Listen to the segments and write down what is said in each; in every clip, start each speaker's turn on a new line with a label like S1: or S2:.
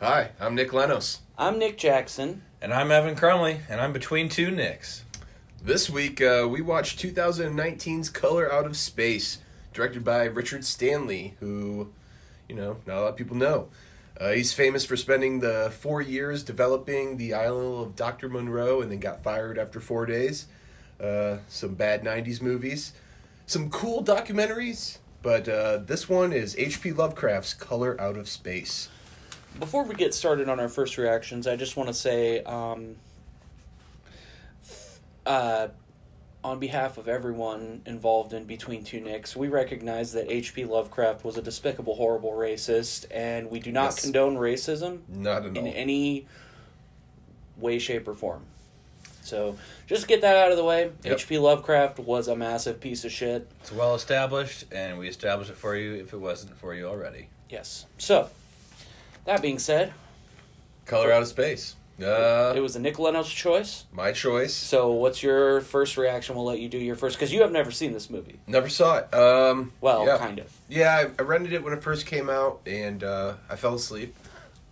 S1: Hi, I'm Nick Lenos.
S2: I'm Nick Jackson.
S3: And I'm Evan Crumley, and I'm between two Nicks.
S1: This week, uh, we watched 2019's Color Out of Space, directed by Richard Stanley, who, you know, not a lot of people know. Uh, he's famous for spending the four years developing the Island of Dr. Monroe and then got fired after four days. Uh, some bad 90s movies, some cool documentaries, but uh, this one is H.P. Lovecraft's Color Out of Space.
S2: Before we get started on our first reactions, I just want to say, um, uh, on behalf of everyone involved in Between Two Nicks, we recognize that H.P. Lovecraft was a despicable, horrible racist, and we do not
S1: Yes.
S2: condone racism
S1: Not at
S2: in
S1: all.
S2: any way, shape, or form. So just get that out of the way.
S1: Yep.
S2: H.P. Lovecraft was a massive piece of shit.
S3: It's well established, and we established it for you if it wasn't for you already.
S2: Yes. So, that being said,
S1: Color Out of Space. Uh,
S2: it was a Nick Leno's choice.
S1: my choice.
S2: So, what's your first reaction? We'll let you do your first because you have never seen this movie.
S1: Never saw it. Um,
S2: Well,
S1: yeah.
S2: kind of.
S1: Yeah, I, I rented it when it first came out, and uh, I fell asleep.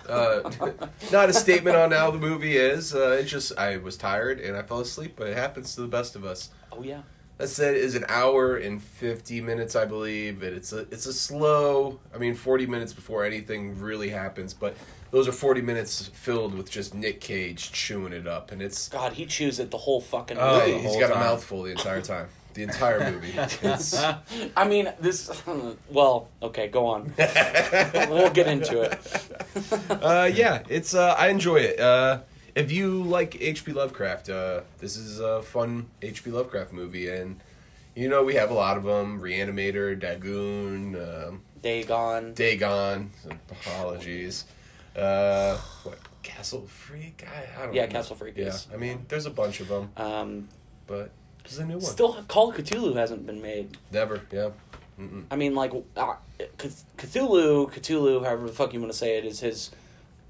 S1: Uh, not a statement on how the movie is. Uh, it's just I was tired and I fell asleep, but it happens to the best of us.
S2: Oh yeah,
S1: That said, it is an hour and fifty minutes, I believe, and it's a it's a slow. I mean, forty minutes before anything really happens, but those are forty minutes filled with just Nick Cage chewing it up, and it's
S2: God, he chews it the whole fucking
S3: Oh,
S2: movie.
S3: the
S1: he's
S3: whole
S1: got a
S3: time.
S1: mouthful the entire time, the entire movie. It's,
S2: I mean, this. Well, okay, go on. we'll get into it.
S1: uh, yeah, it's uh, I enjoy it. Uh, if you like H.P. Lovecraft, uh, this is a fun H.P. Lovecraft movie, and you know we have a lot of them: Reanimator, Dagoon, um,
S2: Dagon.
S1: Dagon. Apologies. Uh, what Castle Freak? I, I don't.
S2: Yeah,
S1: know.
S2: Castle Freak,
S1: Yeah,
S2: yes.
S1: I mean, there's a bunch of them,
S2: um,
S1: but this is a new one.
S2: still, Call of Cthulhu hasn't been made.
S1: Never. Yeah. Mm-mm.
S2: I mean, like uh, Cth- Cthulhu, Cthulhu, however the fuck you want to say it, is his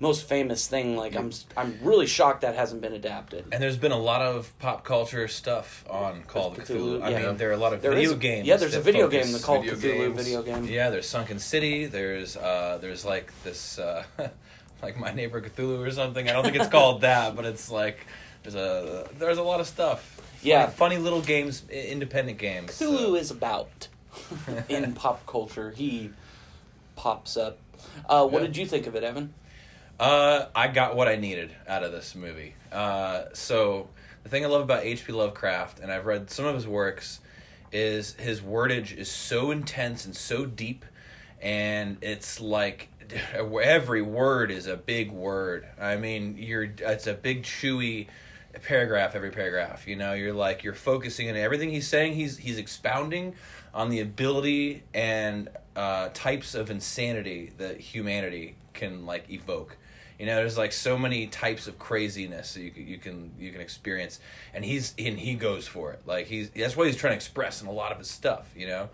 S2: most famous thing. Like, I'm, I'm really shocked that hasn't been adapted.
S3: And there's been a lot of pop culture stuff on Call of
S2: Cthulhu,
S3: Cthulhu. I
S2: yeah.
S3: mean, there are a lot of
S2: There
S3: video
S2: is-
S3: games.
S2: Yeah, there's a
S3: that
S2: video
S3: focus-
S2: game, the Call of
S1: Video
S2: Cthulhu
S1: games.
S2: video game.
S3: Yeah, there's Sunken City. There's uh, there's like this, uh, like My Neighbor Cthulhu or something. I don't think it's called that, but it's like there's a there's a lot of stuff.
S2: Yeah.
S3: funny, funny little games, i- independent games.
S2: Cthulhu
S3: so.
S2: is about in pop culture. He pops up. Uh, what
S1: Yeah.
S2: did you think of it, Evan?
S3: Uh, I got what I needed out of this movie. Uh, so the thing I love about H.P. Lovecraft, and I've read some of his works, is his wordage is so intense and so deep, and it's like every word is a big word. I mean, you're it's a big chewy paragraph every paragraph you know you're like you're focusing on everything he's saying he's he's expounding on the ability and uh types of insanity that humanity can like evoke you know there's like so many types of craziness that you c- you can you can experience and he's and he goes for it like he's that's what he's trying to express in a lot of his stuff you know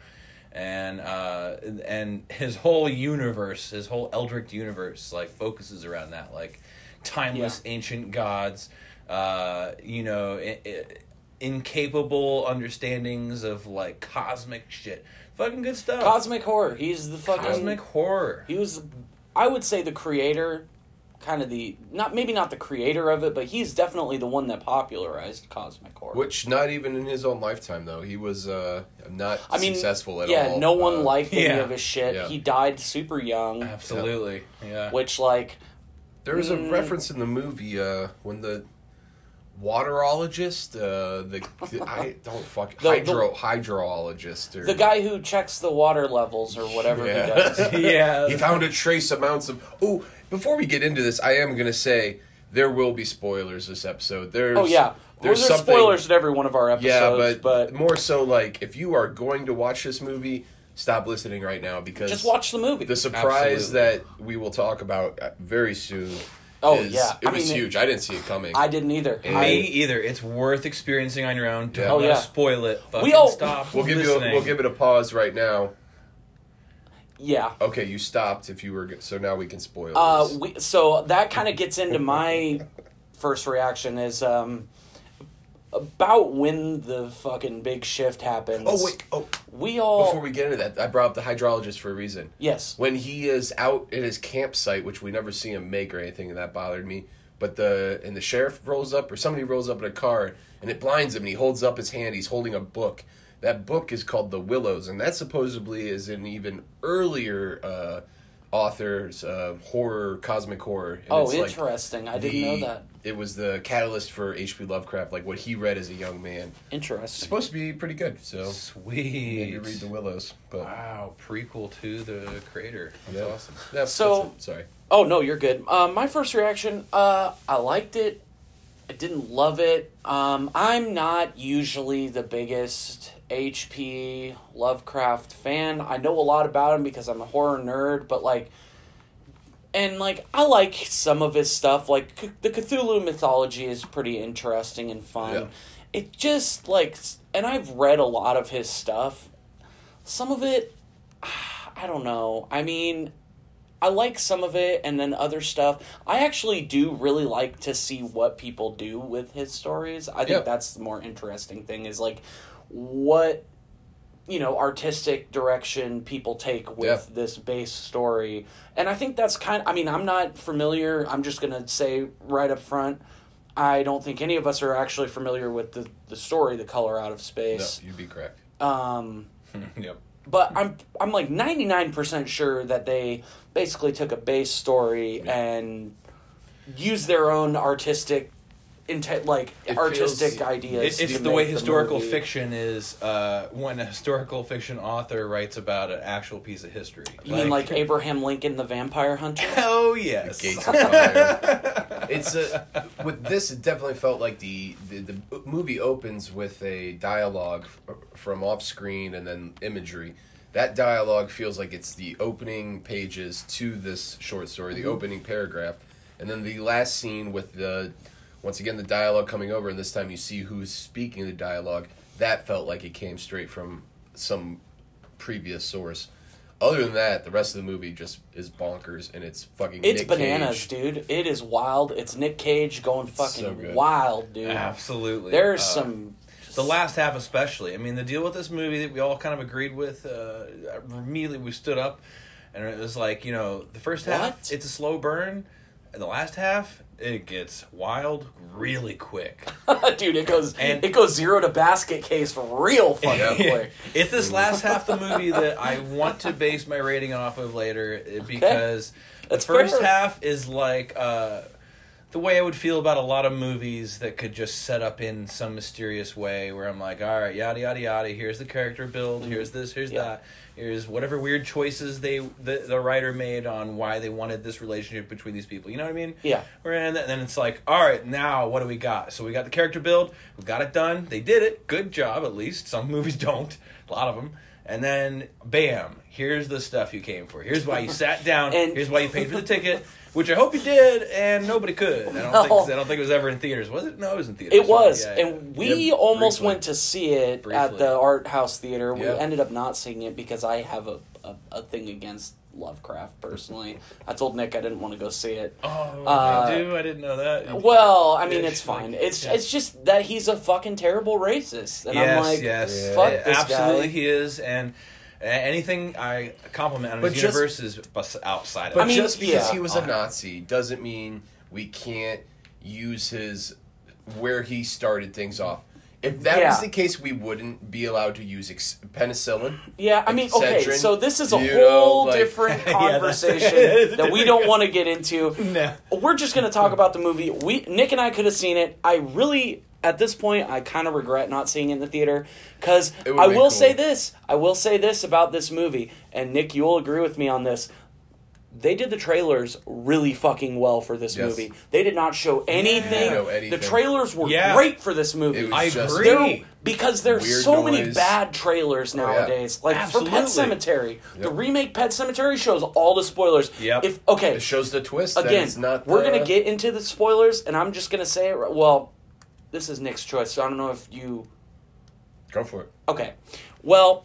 S3: and uh and his whole universe his whole eldritch universe like focuses around that like timeless ancient gods, uh, you know, i i incapable understandings of like cosmic shit. Fucking good
S1: Oh.
S3: stuff.
S2: Cosmic horror. He's the fucking.
S3: Cosmic horror.
S2: He was, I would say, the creator. Kind of the not maybe not the creator of it, but he's definitely the one that popularized cosmic horror.
S1: Which not even in his own lifetime though. He was uh, not
S2: I mean,
S1: successful at
S2: yeah,
S1: all.
S2: no one
S1: Uh,
S2: liked any
S3: yeah.
S2: of his shit.
S1: Yeah.
S2: He died super young,
S3: Absolutely. Yeah.
S2: which like
S1: There was a
S2: Mm.
S1: reference in the movie uh, when the waterologist, uh, the, the- I don't fuck
S2: The-
S1: hydro hydrologist or
S2: the guy who checks the water levels or whatever
S1: Yeah.
S2: he does.
S3: yeah.
S1: He found a trace amounts of. Oh, before we get into this, I am gonna say there will be spoilers this episode. There's
S2: Oh yeah,
S1: there's,
S2: there's, there's
S1: something-
S2: spoilers in every one of our
S1: Yeah,
S2: episodes,
S1: but,
S2: but
S1: more so like if you are going to watch this movie, stop listening right now because
S2: Just watch the movie.
S1: the surprise
S3: Absolutely.
S1: that we will talk about uh, very soon.
S2: Oh,
S1: is-
S2: yeah.
S1: it
S2: I
S1: was
S2: mean, it-
S1: huge. I didn't see it coming.
S2: I didn't either.
S3: Me
S2: I,
S3: either. It's worth experiencing on your own. Don't
S1: Yeah. Oh,
S3: let
S2: yeah.
S3: us spoil it. Fucking
S2: all-
S3: stop.
S1: We'll give you. A,
S3: listening.
S1: we'll give it a pause right now.
S2: yeah.
S1: Okay, you stopped. If you were go- so now we can spoil.
S2: Uh,
S1: this.
S2: we, so that kind of gets into my first reaction is um, about when the fucking big shift happens.
S1: Oh wait. Oh,
S2: we all
S1: before we get into that, I brought up the hydrologist for a reason.
S2: yes.
S1: When he is out at his campsite, which we never see him make or anything, and that bothered me. But the and the sheriff rolls up or somebody rolls up in a car and it blinds him and he holds up his hand. He's holding a book. That book is called The Willows, and that supposedly is an even earlier uh, author's uh, horror, cosmic horror. And
S2: Oh,
S1: it's like
S2: interesting. I didn't
S1: the-
S2: know that.
S1: It was the catalyst for H.P. Lovecraft, like what he read as a young man. It's
S2: Interesting.
S1: supposed to be pretty good, so
S3: Sweet.
S1: maybe read The Willows. But
S3: Wow, prequel to the creator. That's
S1: Yeah.
S3: awesome.
S1: That's-
S2: So-
S1: that's it. sorry.
S2: Oh no, you're good. Um, my first reaction, uh, I liked it. I didn't love it. Um, I'm not usually the biggest HP Lovecraft fan. I know a lot about him because I'm a horror nerd, but like, and like, I like some of his stuff. Like, C- the Cthulhu mythology is pretty interesting and fun.
S1: Yeah.
S2: It just like, s- and I've read a lot of his stuff. Some of it, I don't know. I mean, I like some of it and then other stuff. I actually do really like to see what people do with his stories. I think
S1: Yeah.
S2: that's the more interesting thing is like what you know artistic direction people take with
S1: Yeah.
S2: this base story. And I think that's kind I mean, I'm not familiar. I'm just going to say right up front I don't think any of us are actually familiar with the, the story, The Color Out of
S1: No,
S2: Space.
S1: you'd be correct.
S2: Um
S3: yep.
S2: but I'm I'm like 99% sure that they basically took a base story and used their own artistic intent like
S1: It
S2: artistic
S1: feels-
S2: ideas.
S3: It,
S2: to
S3: it's the
S2: make
S3: way historical
S2: movie.
S3: fiction is uh, when a historical fiction author writes about an actual piece of history.
S2: You mean like Abraham Lincoln the Vampire Hunter?
S3: hell yes.
S1: Gates of Fire. it's a with this. It definitely felt like the, the the movie opens with a dialogue f- from off screen and then imagery. That dialogue feels like it's the opening pages to this short story,
S2: Mm-hmm.
S1: the opening paragraph, and then the last scene with the once again the dialogue coming over, and this time you see who's speaking the dialogue. That felt like it came straight from some previous source. Other than that, the rest of the movie just is bonkers and it's fucking.
S2: It's
S1: Nick
S2: bananas,
S1: Cage.
S2: dude. It is wild. It's Nick Cage going
S1: so
S2: fucking
S1: good.
S2: wild, dude.
S3: Absolutely.
S2: There's
S3: Uh,
S2: some
S3: The last half, especially. I mean, the deal with this movie that we all kind of agreed with, uh, immediately we stood up and it was like, you know, the first half,
S2: What?
S3: it's a slow burn. And the last half, it gets wild really quick.
S2: dude. It goes
S3: And-
S2: it goes zero to basket case real fucking quick.
S3: it's this last half of the movie that I want to base my rating off of later eh, because
S2: That's
S3: the first
S2: fair.
S3: half is like uh, the way I would feel about a lot of movies that could just set up in some mysterious way where I'm like, all right, yada yada yada. Here's the character build. Here's this. Here's
S2: Mm-hmm. Yeah.
S3: that. Here's whatever weird choices they the, the writer made on why they wanted this relationship between these people. You know what I mean?
S2: Yeah.
S3: We're in, and then it's like, all right, now what do we got? So we got the character build, we got it done. They did it, good job. At least some movies don't, a lot of them. And then, bam! Here's the stuff you came for. Here's why you sat down.
S2: And-
S3: here's why you paid for the ticket, which I hope you did, and nobody could. I don't think
S2: No.
S3: I don't think it was ever in theaters, was it? No, it was in theaters.
S2: It was,
S3: Yeah, yeah.
S2: and we
S1: Yeah,
S2: almost
S1: briefly.
S2: went to see it at
S3: Briefly.
S2: the art house theater. We
S1: Yeah.
S2: ended up not seeing it because I have a, a, a thing against Lovecraft personally. I told Nick I didn't want to go see it.
S3: Oh,
S2: Uh,
S3: I do. I didn't know that.
S2: Well, I mean,
S3: Yeah,
S2: it's
S3: she's like-
S2: fine. It's
S3: yeah.
S2: it's just that he's a fucking terrible racist, and
S3: yes,
S2: I'm like,
S3: yes,
S1: Yeah.
S2: fuck this
S3: absolutely,
S2: guy.
S3: he is, and. a- Anything I compliment on
S1: But
S3: his
S1: just-
S3: universe is bus- outside of
S1: But
S2: I mean,
S1: just because
S2: yeah.
S1: he was a
S3: Okay.
S1: Nazi doesn't mean we can't use his where he started things off. If that was
S2: Yeah.
S1: the case, we wouldn't be allowed to use ex- penicillin.
S2: Yeah, I mean, okay,
S1: Excedrin,
S2: so this is a
S1: you know,
S2: whole
S1: like-
S2: different
S3: Yeah, that's-
S2: conversation that we don't want to get into.
S3: No.
S2: we're just gonna talk about the movie. We Nick and I could have seen it. I really at this point I kind of regret not seeing it in the theater because I
S1: would've
S2: will
S1: been
S2: say
S1: cool.
S2: this. I will say this about this movie, and Nick, you'll agree with me on this. They did the trailers really fucking well for this
S1: Yes.
S2: movie. They did not show anything.
S1: show anything.
S2: The trailers were
S3: Yeah.
S2: great for this movie.
S1: It was
S3: I
S1: just-
S3: agree.
S2: They're- because there's
S1: Weird
S2: so many
S1: noise. Oh,
S2: bad trailers
S1: yeah.
S2: nowadays. Like for Pet
S3: Absolutely.
S2: Cemetery, the
S1: Yep.
S2: remake Pet Cemetery shows all the spoilers.
S3: Yep.
S2: If okay,
S1: It shows the twist. that
S2: again,
S1: it's not
S2: we're
S1: the-
S2: gonna get into the spoilers, and I'm just gonna say it. ri- Well, this is Nick's choice, so I don't know if you.
S1: go for it.
S2: Okay, well,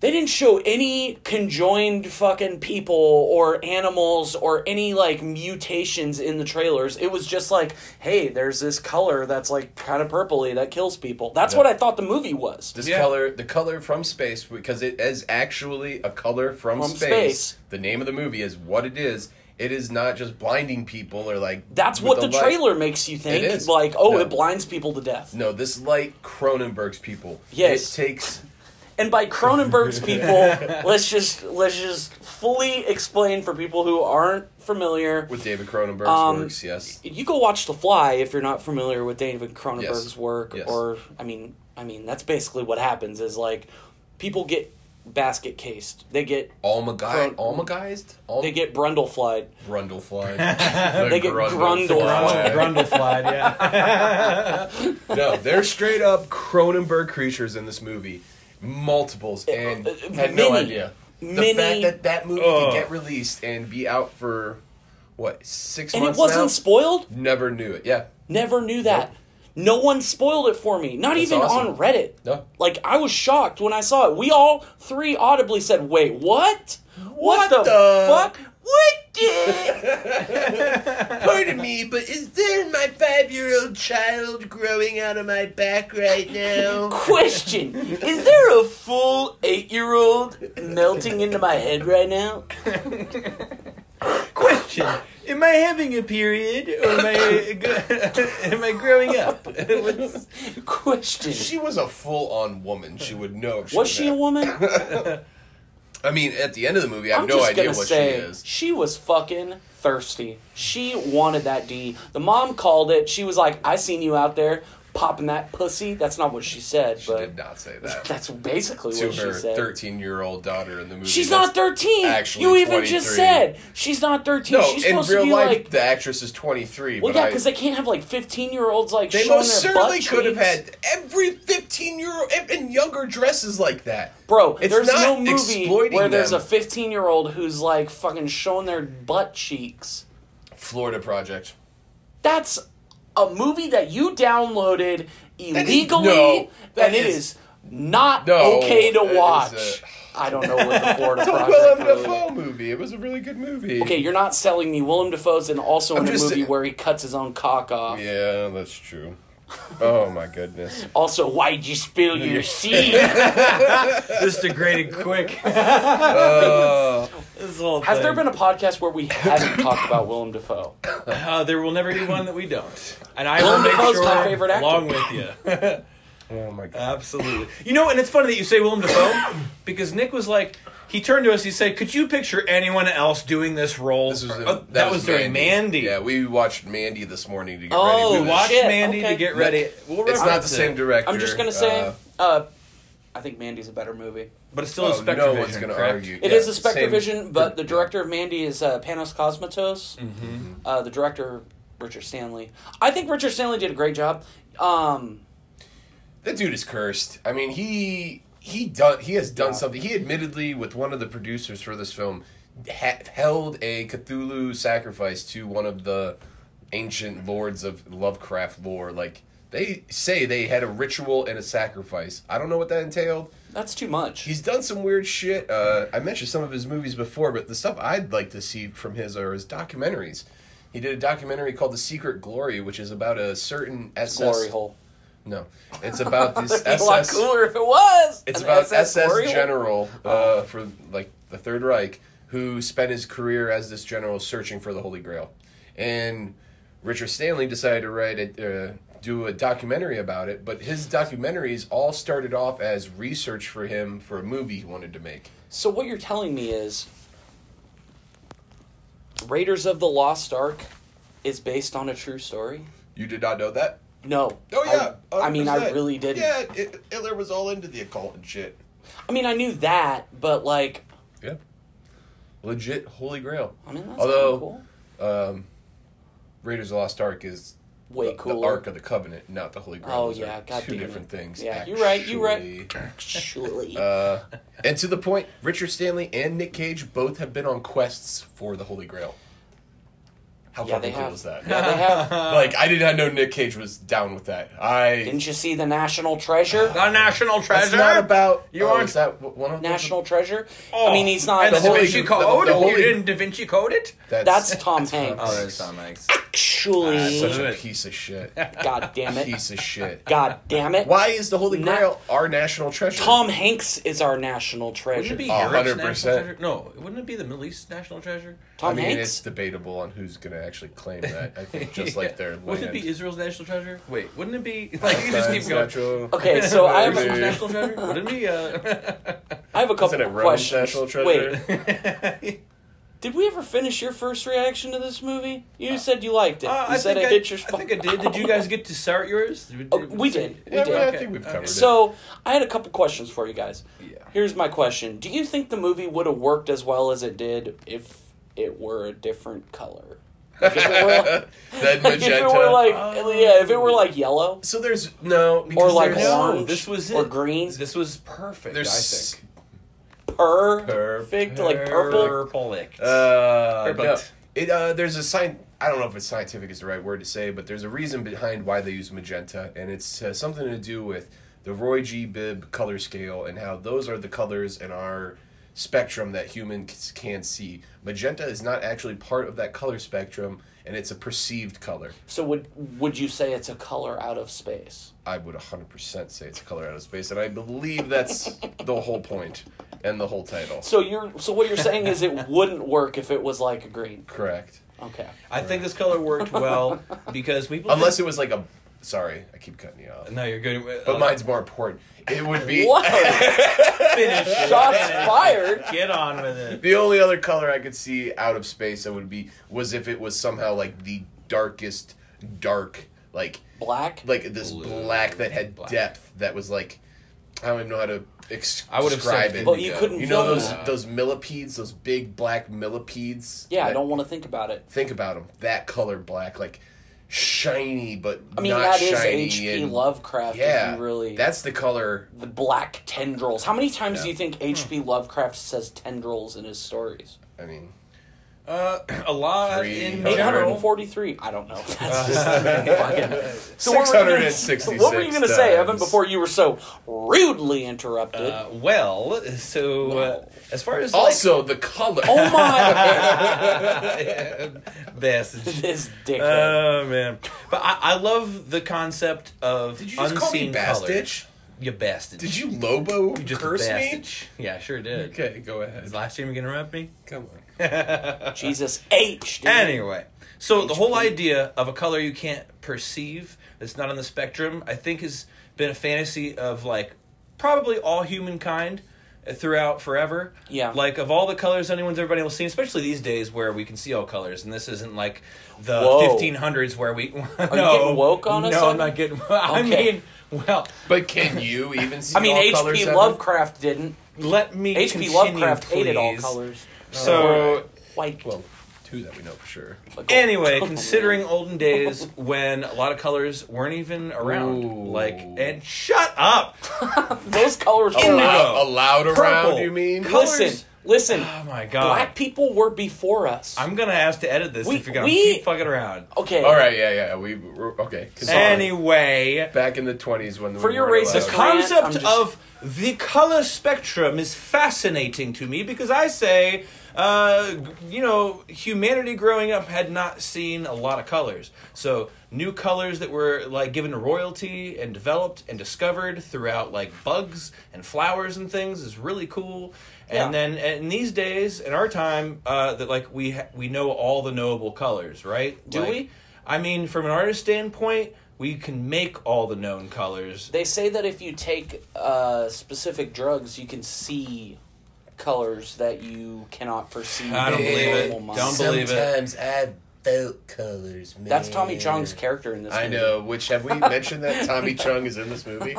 S2: they didn't show any conjoined fucking people or animals or any like mutations in the trailers. It was just like, hey, there's this color that's like kind of purpley that kills people. That's what I thought the movie was.
S1: This
S3: Yeah.
S1: color, the color from space, because it is actually a color from,
S2: From
S1: space.
S2: space.
S1: The name of the movie is what it is. It is not just blinding people or like.
S2: That's
S1: with
S2: what the,
S1: light.
S2: trailer makes you think.
S1: It is.
S2: Like, oh,
S1: No.
S2: it blinds people to death.
S1: No, this light Cronenberg's people.
S2: Yes.
S1: It takes.
S2: And by Cronenberg's people, let's just let's just fully explain for people who aren't familiar.
S1: With David Cronenberg's
S2: Um,
S1: works, yes.
S2: You go watch The Fly if you're not familiar with David Cronenberg's
S1: Yes.
S2: work,
S1: Yes.
S2: or I mean, I mean that's basically what happens is like people get basket cased, they get
S1: Almagai.
S2: Cron-
S1: Almagized? Al-
S2: they get brundleflied.
S1: Grundlefly.
S2: They get Grundlefly.
S4: Grundlefly, yeah.
S1: No, they're straight up Cronenberg creatures in this movie, multiples, and
S2: Uh, uh,
S1: had no
S2: many,
S1: idea. The
S2: many-
S1: fact that that movie could
S3: Ugh.
S1: get released and be out for what six
S2: And it
S1: months
S2: wasn't
S1: now,
S2: spoiled.
S1: never knew it. Yeah,
S2: Never knew that. No one spoiled it for me. Not
S1: That's
S2: even
S1: awesome.
S2: on Reddit.
S1: no,
S2: Like I was shocked when I saw it. We all three audibly said, "Wait, what?
S1: What
S2: What, the,
S1: the-
S2: fuck? What did?"
S1: pardon me, but is there my five-year-old child growing out of my back right now?
S2: Question: Is there a full eight-year-old melting into my head right now?
S4: Question: Am I having a period, or am I am I growing up? What's-
S2: Question:
S1: She was a full-on woman. She would know. If she
S2: Was she a
S1: that.
S2: woman?
S1: I mean, at the end of the movie, I have
S2: I'm
S1: no
S2: just
S1: idea
S2: gonna
S1: what
S2: say,
S1: she is.
S2: was fucking thirsty. She wanted that D. The mom called it. She was like, "I seen you out there popping that pussy." That's not what she said,
S1: She
S2: but
S1: did not say that
S2: that's basically
S1: to
S2: what she
S1: her
S2: said.
S1: thirteen-year-old daughter in the movie.
S2: She's
S1: That's-
S2: not 13.
S1: actually
S2: you even just
S1: 23.
S2: said she's not 13.
S1: No,
S2: she's
S1: in
S2: supposed
S1: real
S2: to be
S1: life,
S2: like.
S1: the actress is 23.
S2: well,
S1: but
S2: yeah,
S1: I-
S2: because they can't have like 15 year olds like
S1: they
S2: showing
S1: most
S2: their
S1: certainly
S2: butt
S1: could have
S2: cheeks.
S1: had every 15 year old and younger dresses like that.
S2: Bro,
S1: It's
S2: there's
S1: not
S2: no movie where
S1: exploiting
S2: there's a
S1: them.
S2: 15 year old who's like fucking showing their butt cheeks.
S1: Florida Project.
S2: That's a movie that you downloaded
S1: is-
S2: illegally,
S1: no, that
S2: and it
S1: is-
S2: is, not
S1: No,
S2: okay to
S1: it is uh,
S2: watch. I I don't know what the Florida
S1: Willem
S2: Project. really-
S1: Dafoe movie. It was a really good movie.
S2: Okay, you're not selling me. Willem Dafoe's and also
S1: I'm
S2: in a
S1: just
S2: movie
S1: saying-
S2: where he cuts his own cock off.
S1: Yeah, that's true. Oh my goodness.
S2: Also, why'd you spill your seed?
S4: this degraded quick.
S1: Uh,
S4: This whole
S2: Has
S4: thing.
S2: there been a podcast where we haven't talked about Willem Dafoe?
S3: Uh, there will never be one that we don't. And I
S2: Willem
S3: will make
S2: Dafoe's
S3: sure
S2: my favorite actor.
S3: along with you.
S1: oh
S3: Uh,
S1: my god.
S3: Absolutely. You know, and it's funny that you say Willem Dafoe because Nick was like, he turned to us. He said, "Could you picture anyone else doing this role?"
S1: This was
S3: Oh,
S1: in-
S3: that, was during Mandy.
S1: Yeah, we watched Mandy this morning to get
S2: Oh,
S1: ready.
S3: We
S1: for this.
S3: watched
S2: Shit,
S3: Mandy
S2: okay.
S3: to get ready. We'll
S1: It's not the
S3: reference
S1: same
S3: it,
S1: director.
S2: I'm just gonna say,
S1: uh,
S2: uh, I think Mandy's a better movie.
S3: but it's still
S1: oh,
S3: a Spectre
S1: no one's going to
S3: correct?
S1: argue.
S2: It
S1: Yeah,
S2: is a
S1: same-
S2: Spectrovision, but the director of Mandy is uh, Panos Cosmatos.
S1: Mm-hmm.
S2: Uh, the director Richard Stanley. I think Richard Stanley did a great job. Um,
S1: That dude is cursed. I mean, he he done he has done
S2: Yeah.
S1: something. He admittedly, with one of the producers for this film, ha- held a Cthulhu sacrifice to one of the ancient lords of Lovecraft lore. Like they say, they had a ritual and a sacrifice. I don't know what that entailed.
S2: that's too much.
S1: He's done some weird shit. Uh, I mentioned some of his movies before, but the stuff I'd like to see from his are his documentaries. He did a documentary called "The Secret Glory," which is about a certain SS.
S2: glory hole.
S1: No, it's about this
S2: It'd be a lot
S1: SS.
S2: cooler if it was.
S1: It's
S2: an
S1: about SS
S2: glory hole. Oh.
S1: general uh, for like the Third Reich who spent his career as this general searching for the Holy Grail, and Richard Stanley decided to write a, uh, do a documentary about it. But his documentaries all started off as research for him for a movie he wanted to make.
S2: So what you're telling me is Raiders of the Lost Ark is based on a true story?
S1: You did not know that?
S2: No.
S1: Oh
S2: I-
S1: yeah,
S2: I, mean, I
S1: 100%.
S2: really didn't.
S1: Yeah, it, Hitler was all into the occult and shit.
S2: I mean, I knew that, but like,
S1: Yeah, legit Holy Grail.
S2: I mean, that's
S1: Although-
S2: Although, cool.
S1: Um, Raiders of the Lost Ark is
S2: Way
S1: the, the
S2: cooler.
S1: Ark of the Covenant, not the Holy Grail.
S2: Oh,
S1: Those are
S2: yeah, God
S1: two
S2: damn it.
S1: different things.
S2: Yeah, you're right, you're right.
S1: actually.
S2: Surely.
S1: Uh, and to the point, Richard Stanley and Nick Cage both have been on quests for the Holy Grail. How
S2: Yeah, they
S1: fucking cool
S2: have.
S1: is that?
S2: Yeah, they have.
S1: like I did not know Nick Cage was down with that. I
S2: Didn't you see the National Treasure?
S3: The national
S1: that's
S3: treasure.
S1: not about
S3: You
S1: oh,
S3: aren't-
S1: is that one of the-
S2: National Treasure.
S3: Oh,
S2: I mean, he's not.
S3: And the
S1: whole-
S3: Da Vinci
S1: the-
S3: Code.
S1: the whole-
S3: you didn't Da Vinci Code it.
S2: that's Tom Hanks.
S3: Oh, there's Tom Hanks.
S2: actually,
S1: Such a
S3: Good.
S1: piece of shit.
S2: God damn it!
S1: piece of shit.
S2: God damn it!
S1: Why is the Holy
S2: Na-
S1: Grail our national treasure?
S2: Tom Hanks is our national
S3: Wouldn't
S2: treasure.
S3: it be
S1: Oh,
S3: Europe's national
S1: 100%.
S3: treasure? No, wouldn't it be the Middle East national treasure?
S1: I
S2: Tom
S1: mean, it's
S2: Hanks.
S1: debatable on who's going to actually claim that. I think just
S3: Yeah.
S1: like their land.
S3: Wouldn't it be Israel's national treasure? Wait, wouldn't it be like you just keep
S1: Palestine's
S3: going?
S1: natural-
S2: Okay, so I have,
S1: Where's
S3: Israel's
S1: it?
S2: a,
S3: national treasure? Wouldn't it be? Uh...
S2: I have a couple
S1: Isn't it
S2: of
S1: Rome's
S2: questions.
S1: national treasure?
S2: Wait, did we ever finish your first reaction to this movie? You said you liked it.
S3: Uh,
S2: you
S3: I
S2: said
S3: think
S2: it
S3: I,
S2: hit your
S3: I
S2: spot.
S3: think I did. Did you guys get to start yours?
S2: Oh, we did. We
S1: Yeah,
S2: did.
S1: well, I
S3: Okay.
S1: think we've
S3: Okay.
S1: covered it.
S2: So I had a couple questions for you guys.
S3: Yeah.
S2: Here's my question: Do you think the movie would have worked as well as it did if it were a different color? Like, if it were-
S1: That
S2: like, if it
S1: magenta.
S2: were like
S3: Oh.
S2: yeah, if it were like yellow
S1: so there's no
S2: or
S1: because
S2: like
S1: there's,
S3: No,
S2: orange
S3: this was
S2: or
S3: it.
S2: green,
S3: This was perfect.
S1: there's
S3: I think.
S2: perfect like purple.
S3: Perfect.
S1: Uh,
S3: Perfect.
S1: no. It uh, there's a sign. I don't know if it's scientific is the right word to say, but there's a reason behind why they use magenta, and it's uh, something to do with the Roy G. Bibb color scale and how those are the colors in our spectrum that humans can see. Magenta is not actually part of that color spectrum, and it's a perceived color.
S2: So would would you say it's a color out of space?
S1: I would 100% say it's a color out of space, and I believe that's the whole point and the whole title.
S2: So you're so what you're saying is it wouldn't work if it was like a green.
S1: Correct.
S2: Okay.
S3: I think this color worked well because people.
S1: Unless it was like a. Sorry, I keep cutting you off.
S3: no, you're good. Uh,
S2: Oh.
S1: But mine's more important. It would be
S2: Whoa!
S4: Finish. it.
S2: Shots
S4: Finish it.
S2: fired.
S4: Get on with it.
S1: the only other color I could see out of space that would be was if it was somehow like the darkest dark, like
S2: Black.
S1: like this
S3: Blue.
S1: black that had
S3: Black.
S1: depth that was like I don't even know how to ex-
S3: I would have
S1: describe
S3: said
S1: it.
S2: Well, you couldn't-
S1: You know those
S3: Yeah.
S1: those millipedes, those big black millipedes.
S2: Yeah, I
S1: That-
S2: don't want to think about it.
S1: think about them. That color black, like shiny but
S2: I mean,
S1: not
S2: that is
S1: shiny.
S2: H.P.
S1: and-
S2: Lovecraft.
S1: Yeah,
S2: if you really
S1: That's the color.
S2: the black tendrils. How many times
S1: Yeah.
S2: do you think H.P. Lovecraft says tendrils in his stories?
S1: I mean,
S3: uh, a lot
S1: Three
S3: in
S1: hundred.
S3: general.
S2: 843. I don't know. That's just fucking. So what were you gonna-
S1: 666
S2: What were you going to say, Evan,
S1: times.
S2: before you were so rudely interrupted?
S3: Uh, well, so uh,
S2: No.
S3: as far as
S1: also the color.
S2: oh my!
S3: like, message.
S1: uh,
S2: this dickhead.
S3: Oh man! But I, I love the concept of
S1: Did you just call me
S3: unseen
S1: bastitch?
S3: colors. You bastard.
S1: Did you Lobo
S3: You just
S1: curse me?
S3: bastitch. Yeah, sure did.
S1: Okay, go ahead.
S3: Is last time you gonna interrupt me?
S1: Come on.
S2: Jesus H. Dude.
S3: Anyway, so the whole idea of a color you can't perceive that's not on the spectrum, I think, has been a fantasy of like probably all humankind throughout forever.
S2: Yeah.
S3: Like of all the colors anyone's everybody will see, especially these days where we can see all colors, and this isn't like the
S2: Whoa.
S3: 1500s where we. Are
S2: you getting woke on us,
S3: No,
S2: Evan?
S3: I'm not getting. I
S2: Okay.
S3: mean, well,
S1: But can you even see?
S2: I mean,
S1: all colors,
S2: H.P.
S1: Evan?
S2: Lovecraft didn't.
S3: let me.
S2: H.P.
S3: continue,
S2: Lovecraft
S3: please.
S2: hated all colors.
S3: So.
S2: White.
S1: Well, two that we know for sure.
S2: Like,
S3: Anyway, considering olden days when a lot of colors weren't even around,
S1: Ooh.
S3: like and shut up,
S2: those colors were
S3: Indigo.
S1: Allowed, allowed around?
S3: Purple.
S1: You mean?
S3: Co-
S2: Listen, listen.
S3: Oh my God.
S2: Black people were before us.
S3: I'm gonna ask to edit this
S2: We-
S3: if you're gonna
S2: we- Oh,
S3: keep fucking around.
S2: okay.
S1: All right, yeah, yeah. We we're, okay. Sorry.
S3: Anyway,
S1: back in the twenties when
S2: For
S1: we
S2: your
S1: weren't allowed-
S2: racist con- Grant, I'm
S3: concept
S2: just-
S3: of the color spectrum is fascinating to me because I say, uh, you know, humanity growing up had not seen a lot of colors. So new colors that were like given to royalty and developed and discovered throughout like bugs and flowers and things is really cool.
S2: Yeah.
S3: And then and these days in our time uh, that like we ha- we know all the knowable colors, right?
S2: Do
S3: Like,
S2: we?
S3: I mean, from an artist standpoint, we can make all the known colors.
S2: They say that if you take uh, specific drugs, you can see colors that you cannot perceive.
S3: I don't
S2: with
S3: believe it.
S2: normal mind.
S3: Don't believe it.
S1: Sometimes I felt colors. Man.
S2: That's Tommy Chong's character in this.
S1: I
S2: movie.
S1: know. Which have we mentioned that Tommy Chung is in this movie?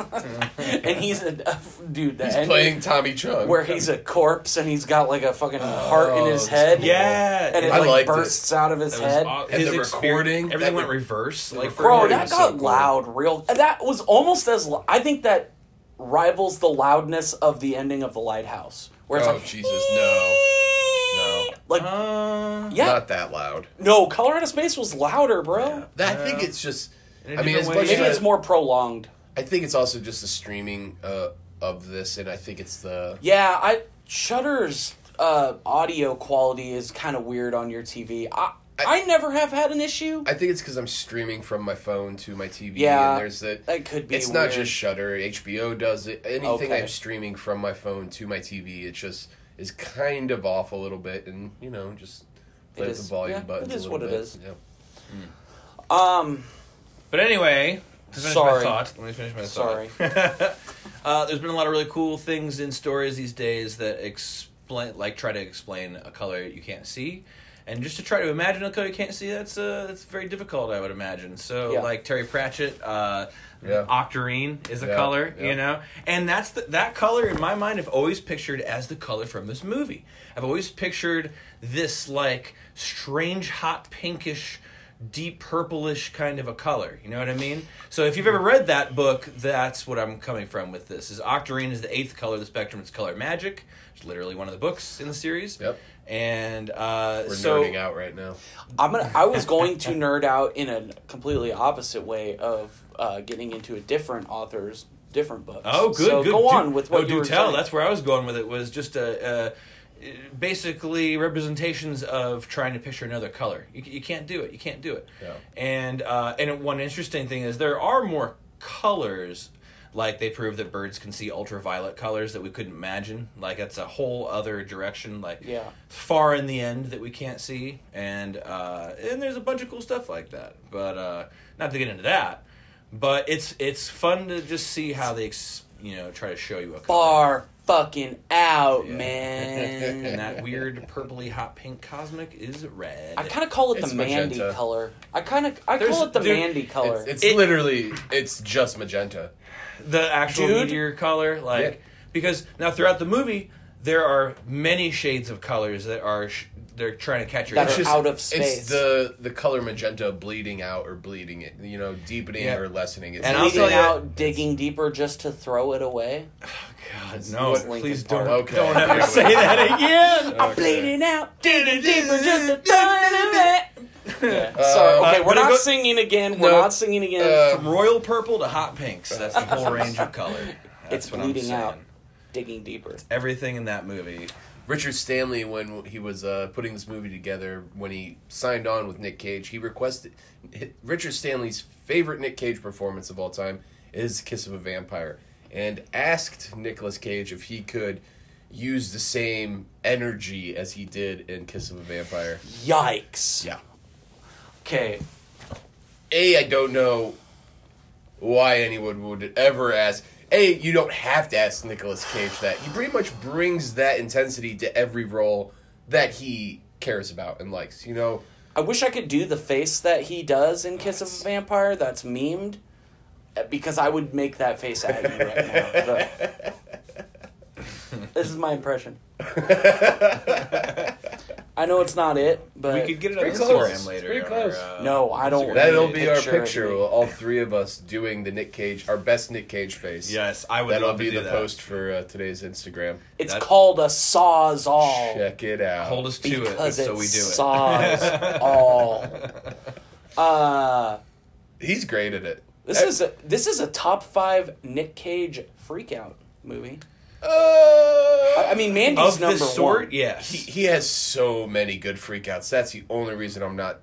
S2: and he's a dude. The
S1: He's
S2: ending
S1: playing Tommy Chung.
S2: where he's a corpse and he's got like a fucking heart in
S1: that's
S2: his head.
S1: cool.
S3: Yeah,
S2: and it
S1: I
S2: like
S1: liked it.
S2: bursts out of his
S3: That was
S2: head.
S3: aw-
S1: And
S3: his
S1: the
S3: exper-
S1: recording, that
S3: everything went
S1: re-
S3: reverse. Like for
S2: Bro,
S1: It
S2: that
S1: was
S2: got
S1: so cool.
S2: loud, real. That was almost as. lo- I think that rivals the loudness of the ending of the lighthouse, where it's
S1: Oh
S2: like,
S1: Jesus! No, no.
S2: Like,
S3: Uh,
S2: yeah,
S1: Not that loud.
S2: no, Color Out of Space was louder, bro.
S1: That, I think it's just.
S3: In a
S1: I mean,
S3: different
S1: as
S3: way.
S1: much
S2: Maybe
S1: as
S2: it's more prolonged.
S1: I think it's also just the streaming uh, of this, and I think it's the
S2: Yeah, I Shutter's uh, audio quality is kind of weird on your TV. I, I never have had an issue.
S1: I think it's because I'm streaming from my phone to my TV.
S2: Yeah.
S1: and there's the.
S2: that could be.
S1: It's not
S2: weird.
S1: just Shutter. HBO does it. Anything
S2: Okay.
S1: I'm streaming from my phone to my TV, it just is kind of off a little bit, and you know, just play
S2: It
S1: with
S2: is-
S1: the volume
S2: yeah,
S1: buttons.
S2: it is
S1: a little
S2: what it
S1: bit.
S2: is.
S1: Yeah.
S2: um.
S3: But anyway, to finish
S2: Sorry.
S3: my thought, let me finish my
S2: Sorry.
S3: thought. uh, there's been a lot of really cool things in stories these days that explain, like, try to explain a color you can't see. And just to try to imagine a color you can't see, that's uh, that's very difficult, I would imagine. So,
S2: Yeah.
S3: like Terry Pratchett, uh,
S1: Yeah.
S3: octarine is a
S1: Yeah,
S3: color,
S1: yeah.
S3: you know, and that's the, that color in my mind. I've always pictured as the color from this movie. I've always pictured this like strange, hot pinkish, deep purplish kind of a color. You know what I mean? So if you've ever read that book, that's what I'm coming from with this. Is octarine is the eighth color of the spectrum. It's color magic. It's literally one of the books in the series.
S1: Yep.
S3: And uh,
S1: We're
S3: so
S1: nerding out right now.
S2: I'm gonna, I was going to nerd out in a completely opposite way of uh, getting into a different author's different books.
S3: Oh, good.
S2: So
S3: good.
S2: go
S3: Do-
S2: on with what
S3: oh,
S2: you
S3: do
S2: were
S3: tell.
S2: saying.
S3: That's where I was going with it. Was just a, uh basically representations of trying to picture another color. You, c- you can't do it. You can't do it.
S1: Yeah.
S3: And uh, and one interesting thing is there are more colors. Like they prove that birds can see ultraviolet colors that we couldn't imagine. Like that's a whole other direction. Like
S2: Yeah.
S3: far in the end that we can't see, and uh, and there's a bunch of cool stuff like that. But uh, not to get into that, but it's it's fun to just see how they ex- you know try to show you a color.
S2: far fucking out,
S3: Yeah. and
S2: man.
S3: that weird purpley hot pink cosmic is red.
S2: I kind of call it
S1: It's
S2: the Mandy
S1: magenta.
S2: color. I kind of I
S3: There's-
S2: call it the
S3: dude,
S2: Mandy color.
S1: It's, it's
S3: It-
S1: literally it's just magenta.
S3: the actual
S2: Dude.
S3: meteor color like
S1: Yeah.
S3: because now throughout the movie there are many shades of colors that are sh- they're trying to catch your
S2: That
S3: attention.
S2: are out of space.
S1: It's the the color magenta bleeding out or bleeding it, you know, deepening
S3: Yeah.
S1: or lessening. It's
S3: And I'll
S2: Leaving
S3: tell you-
S2: out, digging deeper just to throw it away.
S3: Oh, God, no,
S2: it's Linkin
S3: please
S2: Park.
S3: don't
S1: Okay.
S3: don't ever say that again.
S2: I'm bleeding out, digging deeper just to throw it away. Yeah. So
S1: Uh,
S2: okay, we're
S3: but it
S2: not
S3: go-
S2: singing again. We're
S1: No.
S2: not singing again.
S1: Uh,
S3: royal purple to hot pinks. That's the whole range of color. That's
S2: it's
S3: what I'm
S2: bleeding
S3: saying.
S2: out, digging deeper.
S3: Everything in that movie.
S1: Richard Stanley, when he was uh, putting this movie together, when he signed on with Nick Cage, he requested Richard Stanley's favorite Nick Cage performance of all time is "Kiss of a Vampire," and asked Nicolas Cage if he could use the same energy as he did in "Kiss of a Vampire."
S2: Yikes.
S1: Yeah.
S2: Okay.
S1: A, I don't know why anyone would ever ask. A, you don't have to ask Nicolas Cage that. He pretty much brings that intensity to every role that he cares about and likes. You know,
S2: I wish I could do the face that he does in Kiss of a Vampire that's memed uh, because I would make that face at you right now. The- this is my impression. I know it's not it, but
S3: We could get it on
S1: pretty
S3: Instagram
S1: close. It's
S3: later.
S1: pretty
S3: on
S1: close.
S3: our, uh,
S2: No, I don't-
S3: Instagram.
S1: that'll be our
S2: Picture it.
S1: picture. All three of us doing the Nick Cage, our best Nick Cage face.
S3: Yes, I would
S1: That'll
S3: love
S1: be
S3: to do
S1: the
S3: that.
S1: post for uh, today's Instagram.
S2: it's
S3: that-
S2: called a saw's all.
S1: Check it out.
S3: Hold us to it,
S2: Because
S3: so we do it.
S2: it's saw's all. Uh,
S1: He's great at it.
S3: Eh.
S2: this is a, this is a top five Nick Cage freakout movie.
S1: Uh,
S2: I, I mean, Mandy's
S3: of
S2: number
S3: this sort,
S2: one.
S3: yes.
S1: He, he has so many good freakouts. That's the only reason I'm not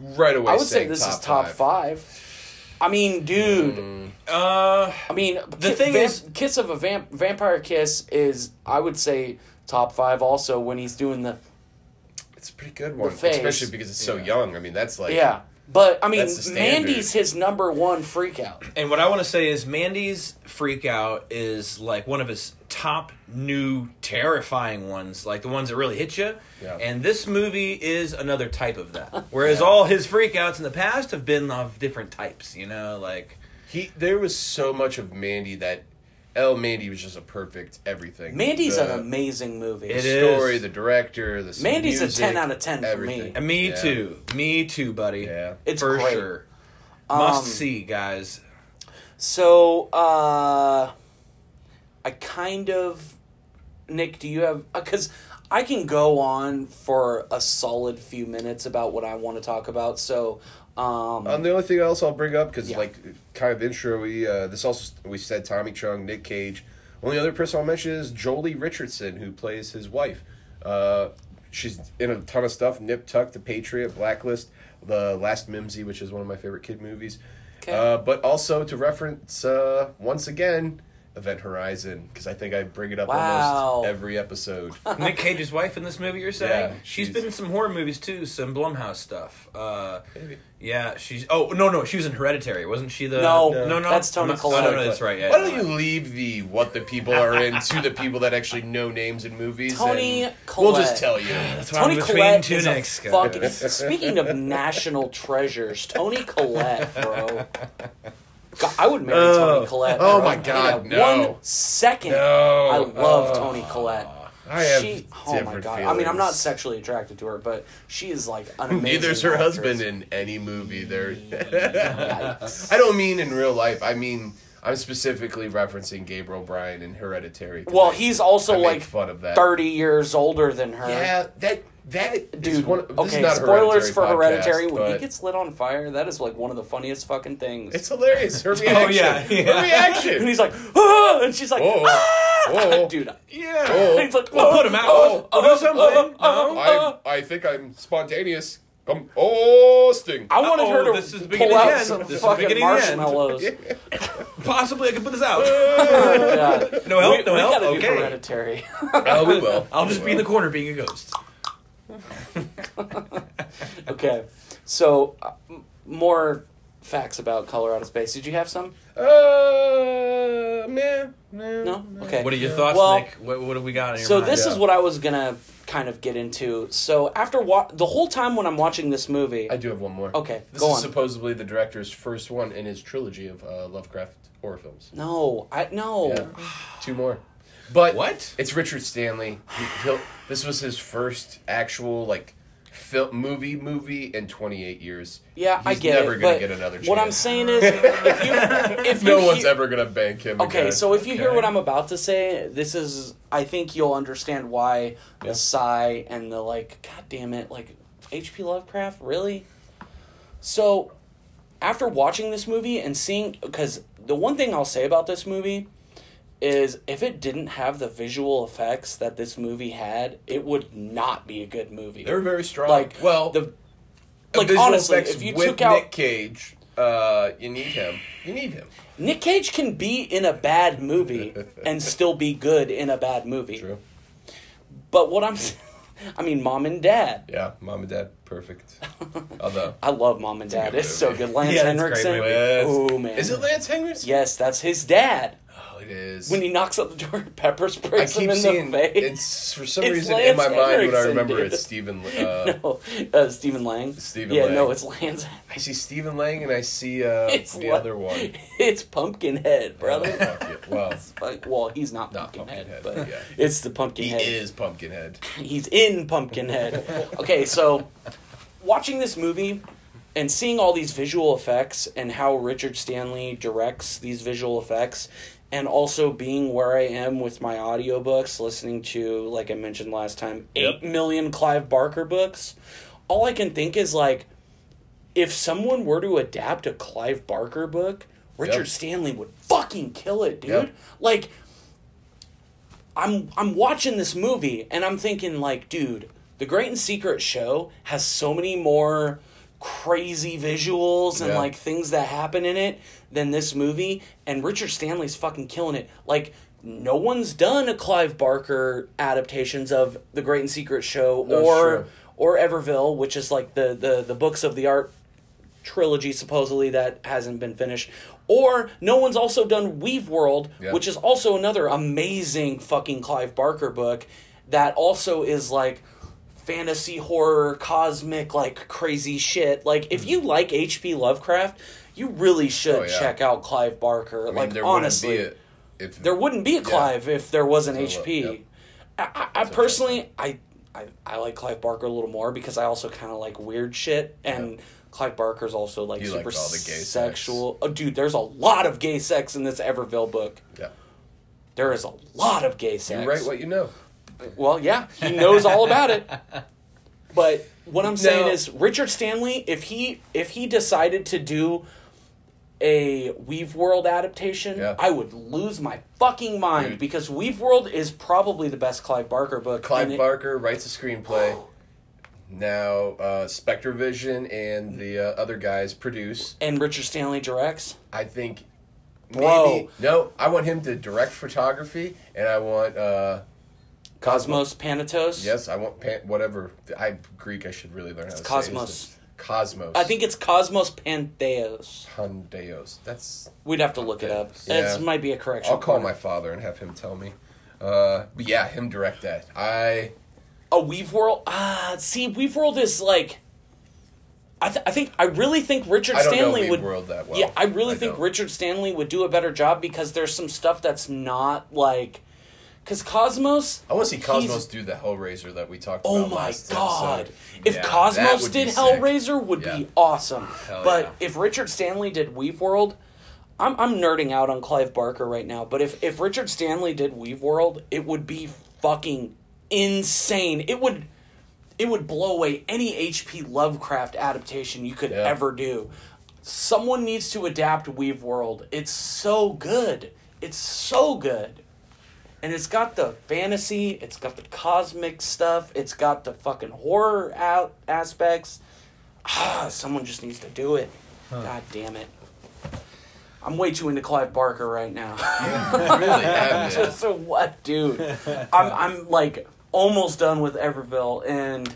S1: right away.
S2: I would say
S1: saying
S2: this
S1: top
S2: is top
S1: five. Mm,
S2: five. I mean, dude.
S3: uh,
S2: I mean,
S3: The
S2: Ki-
S3: thing
S2: Vamp-
S3: is-
S2: kiss of a vamp- vampire kiss is I would say top five. Also, when he's doing the
S1: It's a pretty good one,
S2: face.
S1: especially because it's so young. I mean, that's like
S2: yeah, but I mean,
S1: That's the standard.
S2: Mandy's his number one freakout.
S3: and what I want to say is Mandy's freak out is like one of his top new terrifying ones, like the ones that really hit you.
S1: Yeah.
S3: And this movie is another type of that. Whereas all his freakouts in the past have been of different types, you know, like
S1: he. There was so much of Mandy that L. Mandy was just a perfect everything.
S2: Mandy's
S1: the,
S2: an amazing movie.
S3: It is.
S1: story, the director, the
S2: Mandy's a
S1: music,
S2: 10 out of 10 for me.
S1: everything.
S3: And me
S1: Yeah.
S3: too. Me too, buddy.
S1: Yeah.
S2: It's
S3: for
S2: great.
S3: sure. Must
S2: Um,
S3: see, guys.
S2: So, uh, I kind of Nick, do you have because I can go on for a solid few minutes about what I want to talk about. So, um,
S1: Um, the only thing else I'll bring up because
S2: Yeah.
S1: like kind of intro, we uh, this also we said Tommy Chung, Nick Cage. Only other person I'll mention is Jolie Richardson, who plays his wife. Uh, she's in a ton of stuff: Nip Tuck, The Patriot, Blacklist, The Last Mimsy, which is one of my favorite kid movies.
S2: 'Kay.
S1: Uh, but also to reference uh, once again Event Horizon because I think I bring it up
S2: Wow.
S1: almost every episode.
S3: Nick Cage's wife in this movie, you're saying?
S1: Yeah,
S3: she's
S1: she's-
S3: been in some horror movies too, some Blumhouse stuff. Uh, yeah, she's. Oh no, no, she was in Hereditary, wasn't she? The
S2: No,
S3: no, no, Oh,
S2: that's Tony
S3: no, no,
S2: Collette.
S3: no, that's right. Yeah,
S1: Why don't you leave the what the people are in to the people that actually know names in movies?
S2: Tony
S1: and We'll just
S2: Collette.
S1: tell you.
S3: That's why
S2: Tony
S3: I'm between
S2: Collette
S3: two
S2: is
S3: necks,
S2: a
S3: guys.
S2: fucking. Speaking of national treasures, Tony Collette, bro. God, I would marry
S3: Oh.
S2: Tony Collette.
S1: Oh
S2: bro.
S1: my
S2: In
S1: God,
S2: a
S1: no.
S2: One second,
S3: No.
S2: I love
S3: Oh.
S2: Tony Collette.
S1: I have
S2: she, oh
S1: different
S2: my god!
S1: feelings.
S2: I mean, I'm not sexually attracted to her, but she is like an amazing.
S1: Neither's her
S2: actress.
S1: husband in any movie. There,
S2: Yikes.
S1: I don't mean in real life. I mean, I'm specifically referencing Gabriel Bryan in Hereditary. 'cause
S2: Well,
S1: I-
S2: he's also
S1: I make
S2: like
S1: fun of that.
S2: thirty years older than her.
S1: Yeah, that that
S2: Dude,
S1: Is one, this
S2: okay.
S1: is not a
S2: spoilers
S1: Hereditary
S2: for
S1: podcast,
S2: Hereditary. When he
S1: but
S2: gets lit on fire, that is like one of the funniest fucking things.
S1: it's hilarious. Her
S2: Oh,
S1: reaction.
S3: yeah, yeah.
S1: Her
S2: and
S1: reaction.
S2: he's like, ah! and she's like,
S1: Whoa.
S2: ah!
S1: Whoa.
S2: dude.
S3: Yeah.
S1: Oh.
S2: He's like,
S3: Well,
S2: oh,
S3: put him out.
S2: oh,
S3: We'll
S2: oh,
S3: do something.
S2: oh, oh,
S3: No.
S2: oh.
S1: I I think I'm spontaneous. I'm oh sting.
S2: I wanted
S3: Uh-oh,
S2: her to
S3: this is the
S2: pull
S3: beginning
S2: out
S3: again.
S2: some
S3: This is the
S2: fucking
S3: beginning again.
S2: marshmallows.
S3: Possibly, I could put this
S2: Oh,
S3: out.
S2: Yeah.
S3: No help,
S2: we,
S3: no
S2: we
S3: help,
S2: gotta do
S3: okay.
S2: hereditary.
S1: oh, we will.
S3: I'll just be in the corner being a ghost.
S2: okay, so uh, m- more facts about Colorado Space. Did you have some?
S1: Uh, man,
S2: No. Okay.
S3: What are your thoughts,
S2: Well,
S3: Nick? What, what have we got in your
S2: So
S3: mind?
S2: this
S1: Yeah.
S2: is what I was gonna kind of get into. So after wa- the whole time when I'm watching this movie,
S1: I do have one more.
S2: Okay,
S1: this
S2: go
S1: is
S2: on.
S1: supposedly the director's first one in his trilogy of uh, Lovecraft horror films.
S2: no, I no.
S1: Yeah, two more. But
S3: What?
S1: It's Richard Stanley. He, he'll, this was his first actual like film movie movie in 28 years.
S2: Yeah, I
S1: He's
S2: get
S1: never
S2: it.
S1: gonna
S2: but
S1: get another chance.
S2: What I'm saying is, if you, if
S1: no
S2: you
S1: one's
S2: hear-
S1: ever gonna bank him.
S2: Okay,
S1: again.
S2: so if you hear
S3: Okay.
S2: what I'm about to say, this is. I think you'll understand why
S1: Yeah.
S2: the sigh and the like. God damn it! Like H.P. Lovecraft, really? So, after watching this movie and seeing, because the one thing I'll say about this movie is, if it didn't have the visual effects that this movie had, it would not be a good movie.
S1: they're very strong.
S2: like
S1: well,
S2: the like
S1: visual
S2: honestly,
S1: effects
S2: if you
S1: with
S2: took out
S1: Nick Cage, uh, you need him. You need him.
S2: Nick Cage can be in a bad movie and still be good in a bad movie.
S1: True.
S2: But what I'm, s- I mean, mom and dad.
S1: Yeah, mom and dad, perfect. Although,
S2: I love mom and dad.
S1: good
S2: It's so
S1: movie.
S2: good. Lance
S3: Yeah, it's a great
S2: Henriksen.
S3: movie.
S1: Yes.
S2: Oh man.
S1: is it Lance Henriksen?
S2: Yes, that's his dad.
S1: Oh, it is.
S2: When he knocks up the door, and pepper
S1: I
S2: sprays him
S1: keep
S2: in
S1: seeing
S2: the face.
S1: it's for some
S2: It's
S1: reason in
S2: Lance
S1: my mind when I
S2: Henriksen,
S1: remember
S2: dude.
S1: it's Stephen. Uh,
S2: no, uh, Stephen Lang.
S1: Stephen
S2: yeah,
S1: Lang.
S2: no, it's Lance.
S1: I see Stephen Lang and I see uh,
S2: It's
S1: the
S2: Lan-
S1: other one.
S2: It's Pumpkinhead, brother.
S1: Oh, fuck it. Well,
S2: Like, well, he's not
S1: Not
S2: Pumpkinhead,
S1: Pumpkinhead,
S2: but
S1: yeah.
S2: it's the
S1: he
S2: Pumpkinhead.
S1: is Pumpkinhead.
S2: He's in Pumpkinhead. Okay, so watching this movie and seeing all these visual effects and how Richard Stanley directs these visual effects and also being where I am with my audiobooks, listening to like I mentioned last time,
S1: Yep.
S2: 8 million Clive Barker books, all I can think is like if someone were to adapt a Clive Barker book,
S1: Yep.
S2: Richard Stanley would fucking kill it, dude.
S1: Yep.
S2: Like I'm I'm watching this movie and I'm thinking like, dude, The Great and Secret Show has so many more crazy visuals and
S1: Yeah.
S2: like things that happen in it than this movie and Richard Stanley's fucking killing it. Like no one's done a Clive Barker adaptations of The Great and Secret Show
S1: No,
S2: or
S1: sure.
S2: or Everville, which is like the the the books of the art trilogy supposedly that hasn't been finished. Or no one's also done Weave World,
S1: Yeah.
S2: which is also another amazing fucking Clive Barker book that also is like fantasy horror cosmic like crazy shit. Like if you like HP Lovecraft, you really should
S1: Mm-hmm. Oh, yeah.
S2: check out Clive Barker.
S1: I mean,
S2: like
S1: there wouldn't
S2: honestly,
S1: be a, if
S2: there wouldn't be a Clive if there wasn't
S1: So,
S2: HP.
S1: yep.
S2: I, I, I personally, I, I, I like Clive Barker a little more because I also kind of like weird shit, and Clive Barker's also like
S1: You
S2: super
S1: liked all the gay sex.
S2: sexual. Oh, dude, there's a lot of gay sex in this Everville book.
S1: Yeah.
S2: There is a lot of gay sex.
S1: You write what you know.
S2: Well, yeah, he knows all about it. But what I'm saying
S1: Now-
S2: is Richard Stanley, if he if he decided to do a Weave World adaptation,
S1: Yeah.
S2: I would lose my fucking mind
S1: Dude.
S2: because Weave World is probably the best Clive Barker book. and
S1: Clive
S2: it-
S1: Barker writes a screenplay. now uh, Spectrovision and the uh, other guys produce.
S2: and Richard Stanley directs.
S1: I think maybe
S2: Whoa.
S1: no. I want him to direct photography, and I want uh,
S2: Cosmos Panatos.
S1: yes, I want pan- whatever. I Greek. I should really learn how to
S2: Cosmos.
S1: Say it. Cosmos.
S2: I think it's Cosmos Pantheos.
S1: Pandeos. That's
S2: We'd have to look it up.
S1: Yeah.
S2: This might be a correction.
S1: I'll call
S2: point.
S1: my father and have him tell me. Uh, but yeah, him direct that. I
S2: a Weave World. Ah, see, Weave World is like. I, th- I think I really think Richard
S1: I don't know
S2: Stanley
S1: Weave
S2: would.
S1: World that well.
S2: yeah, I really think
S1: don't.
S2: Richard Stanley would do a better job because there's some stuff that's not like, because Cosmos.
S1: I want to see Cosmos
S2: he's-
S1: do the Hellraiser that we talked
S2: Oh
S1: about.
S2: my
S1: last
S2: god!
S1: episode.
S2: If
S5: Yeah,
S1: that
S2: Cosmos
S1: would be
S2: did
S1: sick.
S2: Hellraiser, would
S1: Yeah.
S2: be awesome. but
S5: yeah.
S2: if Richard Stanley did Weave World, I'm I'm nerding out on Clive Barker right now. But if if Richard Stanley did Weave World, it would be fucking insane. It would it would blow away any H.P. Lovecraft adaptation you could
S1: Yeah.
S2: ever do. Someone needs to adapt Weave World. It's so good. It's so good. And it's got the fantasy, it's got the cosmic stuff, it's got the fucking horror out aspects. Ah, someone just needs to do it. God damn it. I'm way too into Clive Barker right now.
S1: really have it.
S2: so what, dude? I'm I'm like almost done with Everville and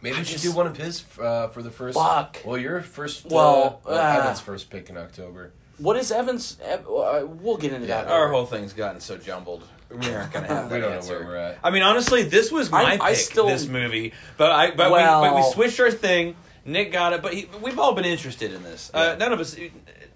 S1: Maybe
S2: I
S1: we should
S2: just-
S1: do one of his uh, for the first.
S2: Fuck.
S1: Well, your first.
S2: Well,
S1: uh, well,
S2: ah.
S1: Evan's first pick in October.
S2: what is Evans Ev- uh, we'll get into that.
S5: Our whole thing's gotten so jumbled. We aren't gonna have.
S1: We
S5: that
S1: don't
S5: answer.
S1: know where we're at.
S3: I mean, honestly, this was my
S2: I-
S3: pick.
S2: I still-
S3: this movie, but I but, we, but we
S2: Well-
S3: switched our thing. Nick got it, but he, we've all been interested in this. Uh, none of us.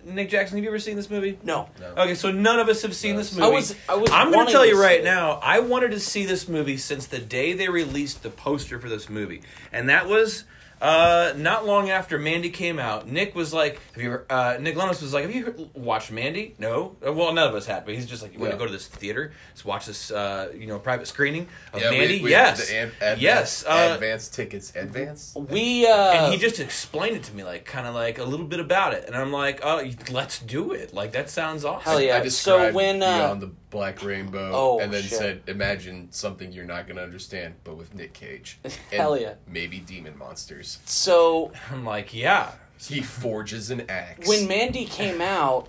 S3: Nick Jackson, have you ever seen this movie?
S2: No.
S1: No.
S3: Okay, so none of us have seen this
S2: I
S3: movie.
S2: was I was
S3: I'm going
S2: wanting
S3: to tell you
S2: see
S3: right
S2: it.
S3: now, I wanted to see this movie since the day they released the poster for this movie. And that was uh, not long after Mandy came out. Nick was like, have you ever, uh, Nick Lennox was like, have you heard- watched Mandy? No. Uh, Well, none of us had, but he's just like, you want
S1: Yeah.
S3: to go to this theater? Let's watch this, uh, you know, private screening
S2: Uh,
S3: of
S1: Yeah, we-
S3: Mandy?
S1: we-
S3: yes.
S1: the ad- advance-
S3: yes. Uh,
S1: advance tickets. Advance.
S2: We uh
S3: and he just explained it to me, like kind of like a little bit about it, and I'm like, "Oh, let's do it! Like that sounds awesome."
S2: Hell yeah.
S1: I
S2: so
S1: described
S2: when, uh,
S1: beyond the black rainbow,
S2: Oh,
S1: and then
S2: shit.
S1: said, "Imagine something you're not going to understand, but with Nick Cage, and
S2: Hell yeah.
S1: maybe demon monsters."
S2: so
S3: I'm like, "Yeah,
S1: He forges an axe.
S2: when Mandy came out,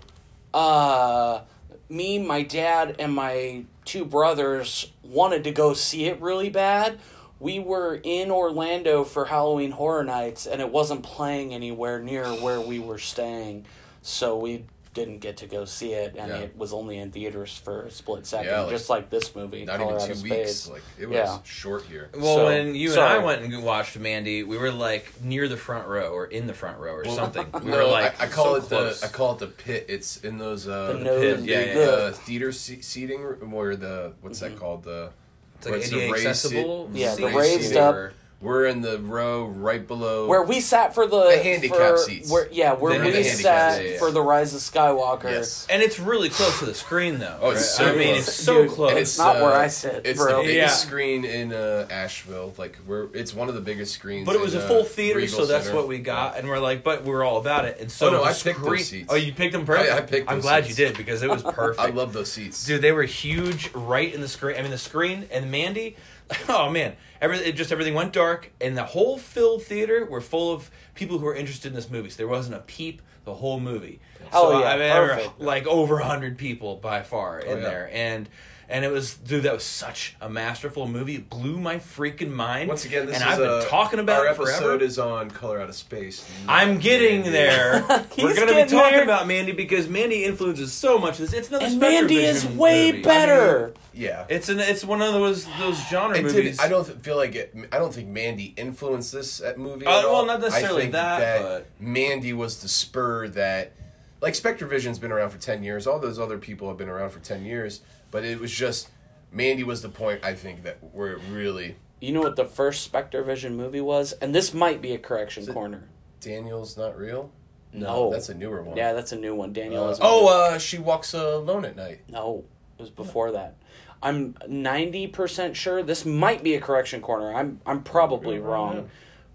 S2: uh, me, my dad, and my two brothers wanted to go see it really bad. We were in Orlando for Halloween Horror Nights, and it wasn't playing anywhere near where we were staying, so we didn't get to go see it, and
S1: Yeah.
S2: it was only in theaters for a split second,
S1: Yeah, like-
S2: just like this movie,
S1: not
S2: Colorado
S1: even two weeks.
S2: Space.
S1: Like it was
S2: Yeah.
S1: short here.
S3: Well,
S2: So,
S3: when you
S2: sorry.
S3: and I went and watched Mandy, we were like near the front row or in the front row or something. We
S1: no,
S3: were like,
S1: I, I call
S3: so
S1: it
S3: close.
S1: the I call it the pit. It's in those uh,
S2: The nose,
S3: yeah,
S1: big,
S3: yeah, yeah.
S1: Uh, theater se- seating room where the what's
S3: Mm-hmm.
S1: that called the
S3: it's
S1: where
S3: like
S1: the
S3: ADA
S1: raised
S3: accessible.
S1: seat-
S2: Yeah, the
S3: seats
S2: raised
S3: seating
S2: up-
S3: or-
S1: We're in the row right below
S2: where we sat for the,
S1: The handicap
S2: for-
S1: seats.
S2: Where, yeah, where
S3: The-
S2: we
S3: the handicap
S2: sat
S1: seats, yeah, yeah.
S2: for the Rise of Skywalker.
S1: Yes.
S3: And it's really close to the screen, though.
S1: Oh, it's so
S3: right? I mean,
S1: close.
S3: it's so
S2: Dude,
S3: close.
S1: And uh,
S2: it's not where I sit,
S1: It's
S2: bro.
S1: the biggest
S3: Yeah.
S1: screen in uh, Asheville. Like we're it's one of the biggest screens.
S3: but it was
S1: in,
S3: a
S1: uh,
S3: full theater,
S1: Regal
S3: so that's
S1: Center.
S3: what we got. And we're like, but we're all about it. And so
S1: Oh, no,
S3: the
S1: I picked those
S3: screen-
S1: seats.
S3: Oh, you picked them perfect.
S1: I- I picked
S3: I'm
S1: those
S3: glad
S1: seats.
S3: you did because it was perfect.
S1: I love those seats.
S3: Dude, they were huge right in the screen. I mean, the screen and Mandy. Oh man, every it just everything went dark, and the whole Phil theater were full of people who were interested in this movie. So there wasn't a peep the whole movie.
S1: Oh,
S2: Hell
S3: so,
S2: yeah,
S3: I mean, there were,
S2: perfect.
S3: like over hundred people by far
S1: Oh,
S3: in
S1: yeah.
S3: there, and and it was dude, that was such a masterful movie. It blew my freaking mind.
S1: Once again, this
S3: and
S1: is
S3: I've been
S1: uh,
S3: talking about
S1: our
S3: it forever.
S1: episode is on Color Out of Space.
S3: I'm getting there. We're
S2: He's
S3: going to be
S2: getting
S3: talking
S2: there.
S3: about Mandy because Mandy influences so much of this. It's another
S2: And Mandy
S3: Spectrovision
S2: is way
S3: movie.
S2: better.
S1: Yeah.
S3: It's an it's one of those those genre
S1: It
S3: movies.
S1: did, I don't feel like it. I don't think Mandy influenced this at movie.
S3: Uh,
S1: at all.
S3: well, not necessarily
S1: I think
S3: that, but-
S1: Mandy was the spur that, like Spectrovision's been around for ten years. All those other people have been around for ten years, but it was just Mandy was the point. I think that where it really
S2: You know what the first Spectre Vision movie was? And this might be a correction corner.
S1: Daniel's not real.
S2: No.
S1: that's a newer one. uh,
S2: Yeah, that's a new one. Daniel is.
S1: oh, uh, she walks alone at night.
S2: No. It was before that. I'm ninety percent sure this might be a correction corner. I'm I'm probably wrong,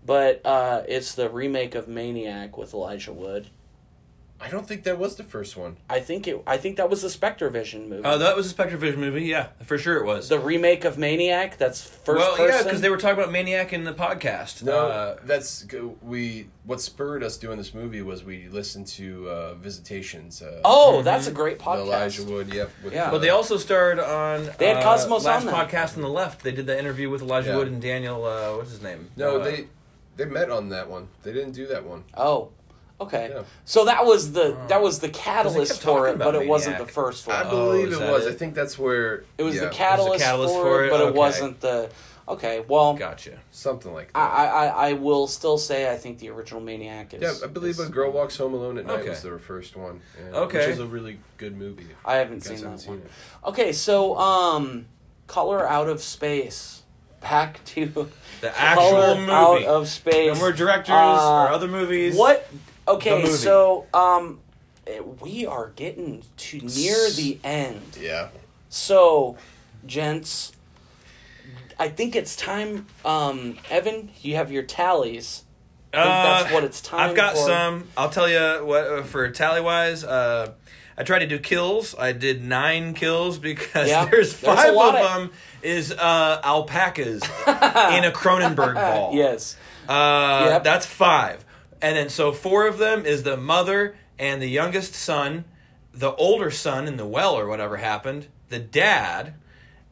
S2: but uh, it's the remake of Maniac with Elijah Wood.
S1: I don't think that was the first one.
S2: I think it. I think that was the Spectre Vision movie.
S3: Oh, that was a Spectre Vision movie. Yeah, for sure it was.
S2: the remake of Maniac. That's first
S3: well,
S2: person.
S3: yeah, because they were talking about Maniac in the podcast.
S1: No,
S3: Uh,
S1: that's we. What spurred us doing this movie was we listened to uh, Visitations. Uh,
S2: Oh, that's a great
S1: the
S2: podcast.
S1: Elijah Wood. Yep. With, uh,
S2: Yeah.
S3: but they also starred on.
S2: They had
S3: uh,
S2: Cosmos on
S3: last
S2: them.
S3: podcast on the left. They did the interview with Elijah
S1: Yeah.
S3: Wood and Daniel. Uh, what's his name?
S1: no,
S3: Uh,
S1: they they met on that one. They didn't do that one.
S2: Oh, okay.
S1: Yeah.
S2: So that was the that was the catalyst
S3: kept
S2: for
S3: talking
S2: it, but
S3: about
S2: it wasn't the
S3: Maniac.
S2: first one.
S1: I believe
S3: is
S1: Oh, it
S3: that
S1: was.
S3: it?
S1: I think that's where
S2: it was
S1: yeah,
S2: the catalyst,
S3: catalyst
S2: for,
S3: for
S2: it,
S3: it?
S2: but it
S3: Okay.
S2: wasn't the. Okay, well,
S3: Gotcha.
S1: something like
S2: I,
S1: that.
S2: I I- I will still say I think the original Maniac is.
S1: yeah, I believe
S2: is-
S1: a girl walks home alone at night
S3: Okay.
S1: was their first one. and-
S3: Okay.
S1: which is a really good movie. if
S2: I haven't
S1: you
S2: seen
S1: guys
S2: that
S1: seen
S2: one.
S1: it.
S2: Okay, so um, color out of space. Back to
S3: The actual
S2: color
S3: movie.
S2: out of space.
S3: and we're directors
S2: Uh,
S3: or other movies.
S2: What? Okay,
S3: movie.
S2: so um, eh, we are getting to near the end.
S1: Yeah,
S2: So, gents, I think it's time. Um, Evan, you have your tallies. I think that's
S3: Uh,
S2: what it's time.
S3: I've got
S2: for.
S3: some. I'll tell you what uh, for tally wise. Uh, I tried to do kills. I did nine kills because
S2: Yeah,
S3: there's
S2: there's a
S3: five
S2: lot
S3: of
S2: of-
S3: them is uh, alpacas in a Cronenberg ball.
S2: Yes.
S3: Uh,
S2: Yep.
S3: That's five. And then so four of them is the mother and the youngest son, the older son in the well or whatever happened, the dad,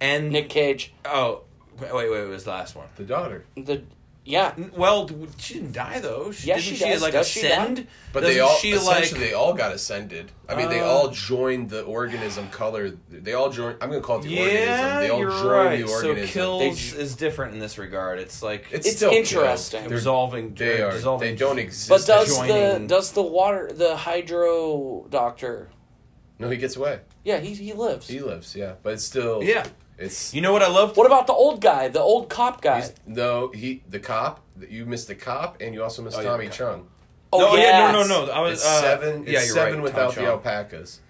S3: and
S2: Nick Cage.
S3: Oh, wait, wait, wait, it was the last one.
S1: the daughter.
S2: The yeah.
S3: Well, d- she didn't die though. She,
S2: Yeah,
S3: didn't
S2: she
S3: she,
S2: does.
S3: like
S2: Does she
S3: ascend?
S2: die?
S1: But
S3: Doesn't
S1: they all
S3: she like
S1: essentially they all got ascended. Oh. I mean, they
S3: Uh,
S1: all joined the organism color. They all joined. I'm gonna call it the organism.
S3: yeah,
S1: They all
S3: you're
S1: joined
S3: right.
S1: the
S3: so
S1: organism.
S3: kills
S2: They-
S3: is different in this regard. It's like
S1: it's
S2: It's
S1: still killed.
S2: interesting.
S1: They're-
S3: dissolving.
S1: They
S3: or
S1: are.
S3: dissolving.
S1: They don't exist.
S2: But does the
S3: joining-
S2: does the water the hydro doctor?
S1: no? He gets away.
S2: Yeah, he he lives.
S1: He lives. Yeah, but it's still.
S3: Yeah.
S1: It's
S3: You know what I love?
S2: what about the old guy? The old cop guy.
S1: he's- no. He the cop. You missed the cop, and you also missed
S3: Oh, yeah,
S1: Tommy
S3: the cop.
S1: Chung.
S2: oh
S3: no,
S2: yes.
S3: yeah, no, no, no. I was
S1: It's
S3: uh,
S1: seven. It's
S3: yeah, you're
S1: seven
S3: right,
S1: without
S3: Tom
S1: the
S3: Chong.
S1: alpacas.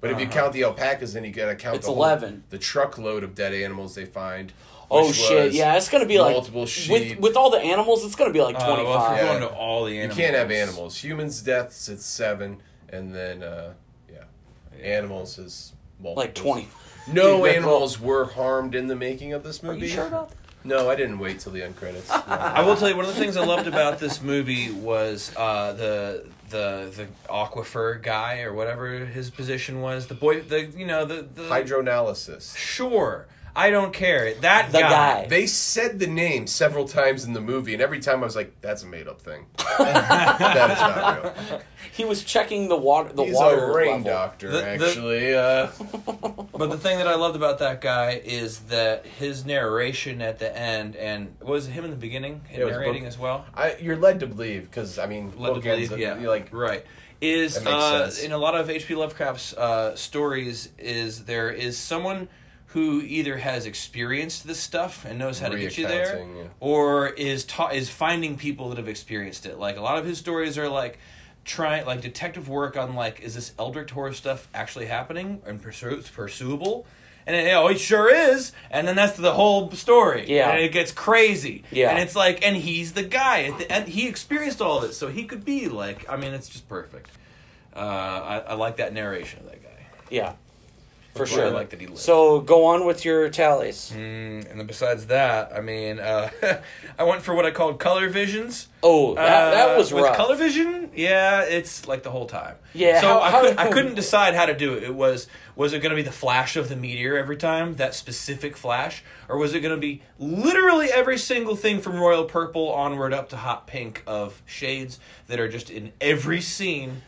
S1: But if you count the alpacas, then you gotta count
S2: Uh-huh. It's
S1: the whole-
S2: 11.
S1: the truckload of dead animals they find.
S2: Oh
S1: which
S2: shit!
S1: was
S2: Yeah, it's gonna be like
S1: multiple
S2: with
S1: sheep.
S2: with all the animals. It's gonna be like
S3: Uh,
S2: twenty
S3: well, if
S2: five.
S3: we're
S1: Yeah.
S3: going to all the
S1: You
S3: animals.
S1: can't have animals. Humans' deaths it's seven, and then uh, yeah. animals is multiple.
S2: like twenty.
S1: No
S2: Dude, that's
S1: animals were harmed in the making of this
S2: Are
S1: movie.
S2: you sure about that?
S1: No, I didn't wait till the end credits.
S3: I
S1: No.
S3: will tell you one of the things I loved about this movie was uh, the the the aquifer guy or whatever his position was. The boy, the you know the the
S1: Hydroanalysis.
S3: sure. I don't care. That
S2: The guy.
S1: They said the name several times in the movie, and every time I was like, "That's a made-up thing. that is not real."
S2: He was checking the water. The
S1: He's
S2: water
S1: a rain
S2: level.
S1: doctor,
S3: The- the-
S1: actually. Uh,
S3: But the thing that I loved about that guy is that his narration at the end, and was it him in the beginning
S1: it was
S3: narrating
S1: both-
S3: as well?
S1: I, you're led to believe because I mean,
S3: Led to
S1: bookends,
S3: believe, yeah,
S1: you're like
S3: right. Is
S1: That makes
S3: uh,
S1: sense.
S3: in a lot of H.P. Lovecraft's uh, stories is there is someone who either has experienced this stuff and knows how to get you there,
S1: Reaccounting, yeah.
S3: or is ta- is finding people that have experienced it. Like a lot of his stories are like trying like detective work on like is this Elder Tor stuff actually happening and pursu- pursuable. And it, oh, it sure is, and then that's the whole story.
S2: Yeah.
S3: and it gets crazy.
S2: Yeah.
S3: and it's like, and he's the guy at the end. He experienced all this, so he could be like. I mean, it's just perfect. Uh, I, I like that narration of that guy.
S2: Yeah, for
S3: That's why
S2: sure.
S3: I like that he lived.
S2: so go on with your tallies.
S3: Mm, and then besides that, I mean, uh, I went for what I called color visions.
S2: Oh, that, that
S3: Uh,
S2: was
S3: with
S2: rough.
S3: color vision. Yeah, it's like the whole time.
S2: Yeah,
S3: So
S2: how-
S3: I,
S2: how-
S3: could, I couldn't decide how to do it. It was was it going to be the flash of the meteor every time that specific flash, or was it going to be literally every single thing from royal purple onward up to hot pink of shades that are just in every scene?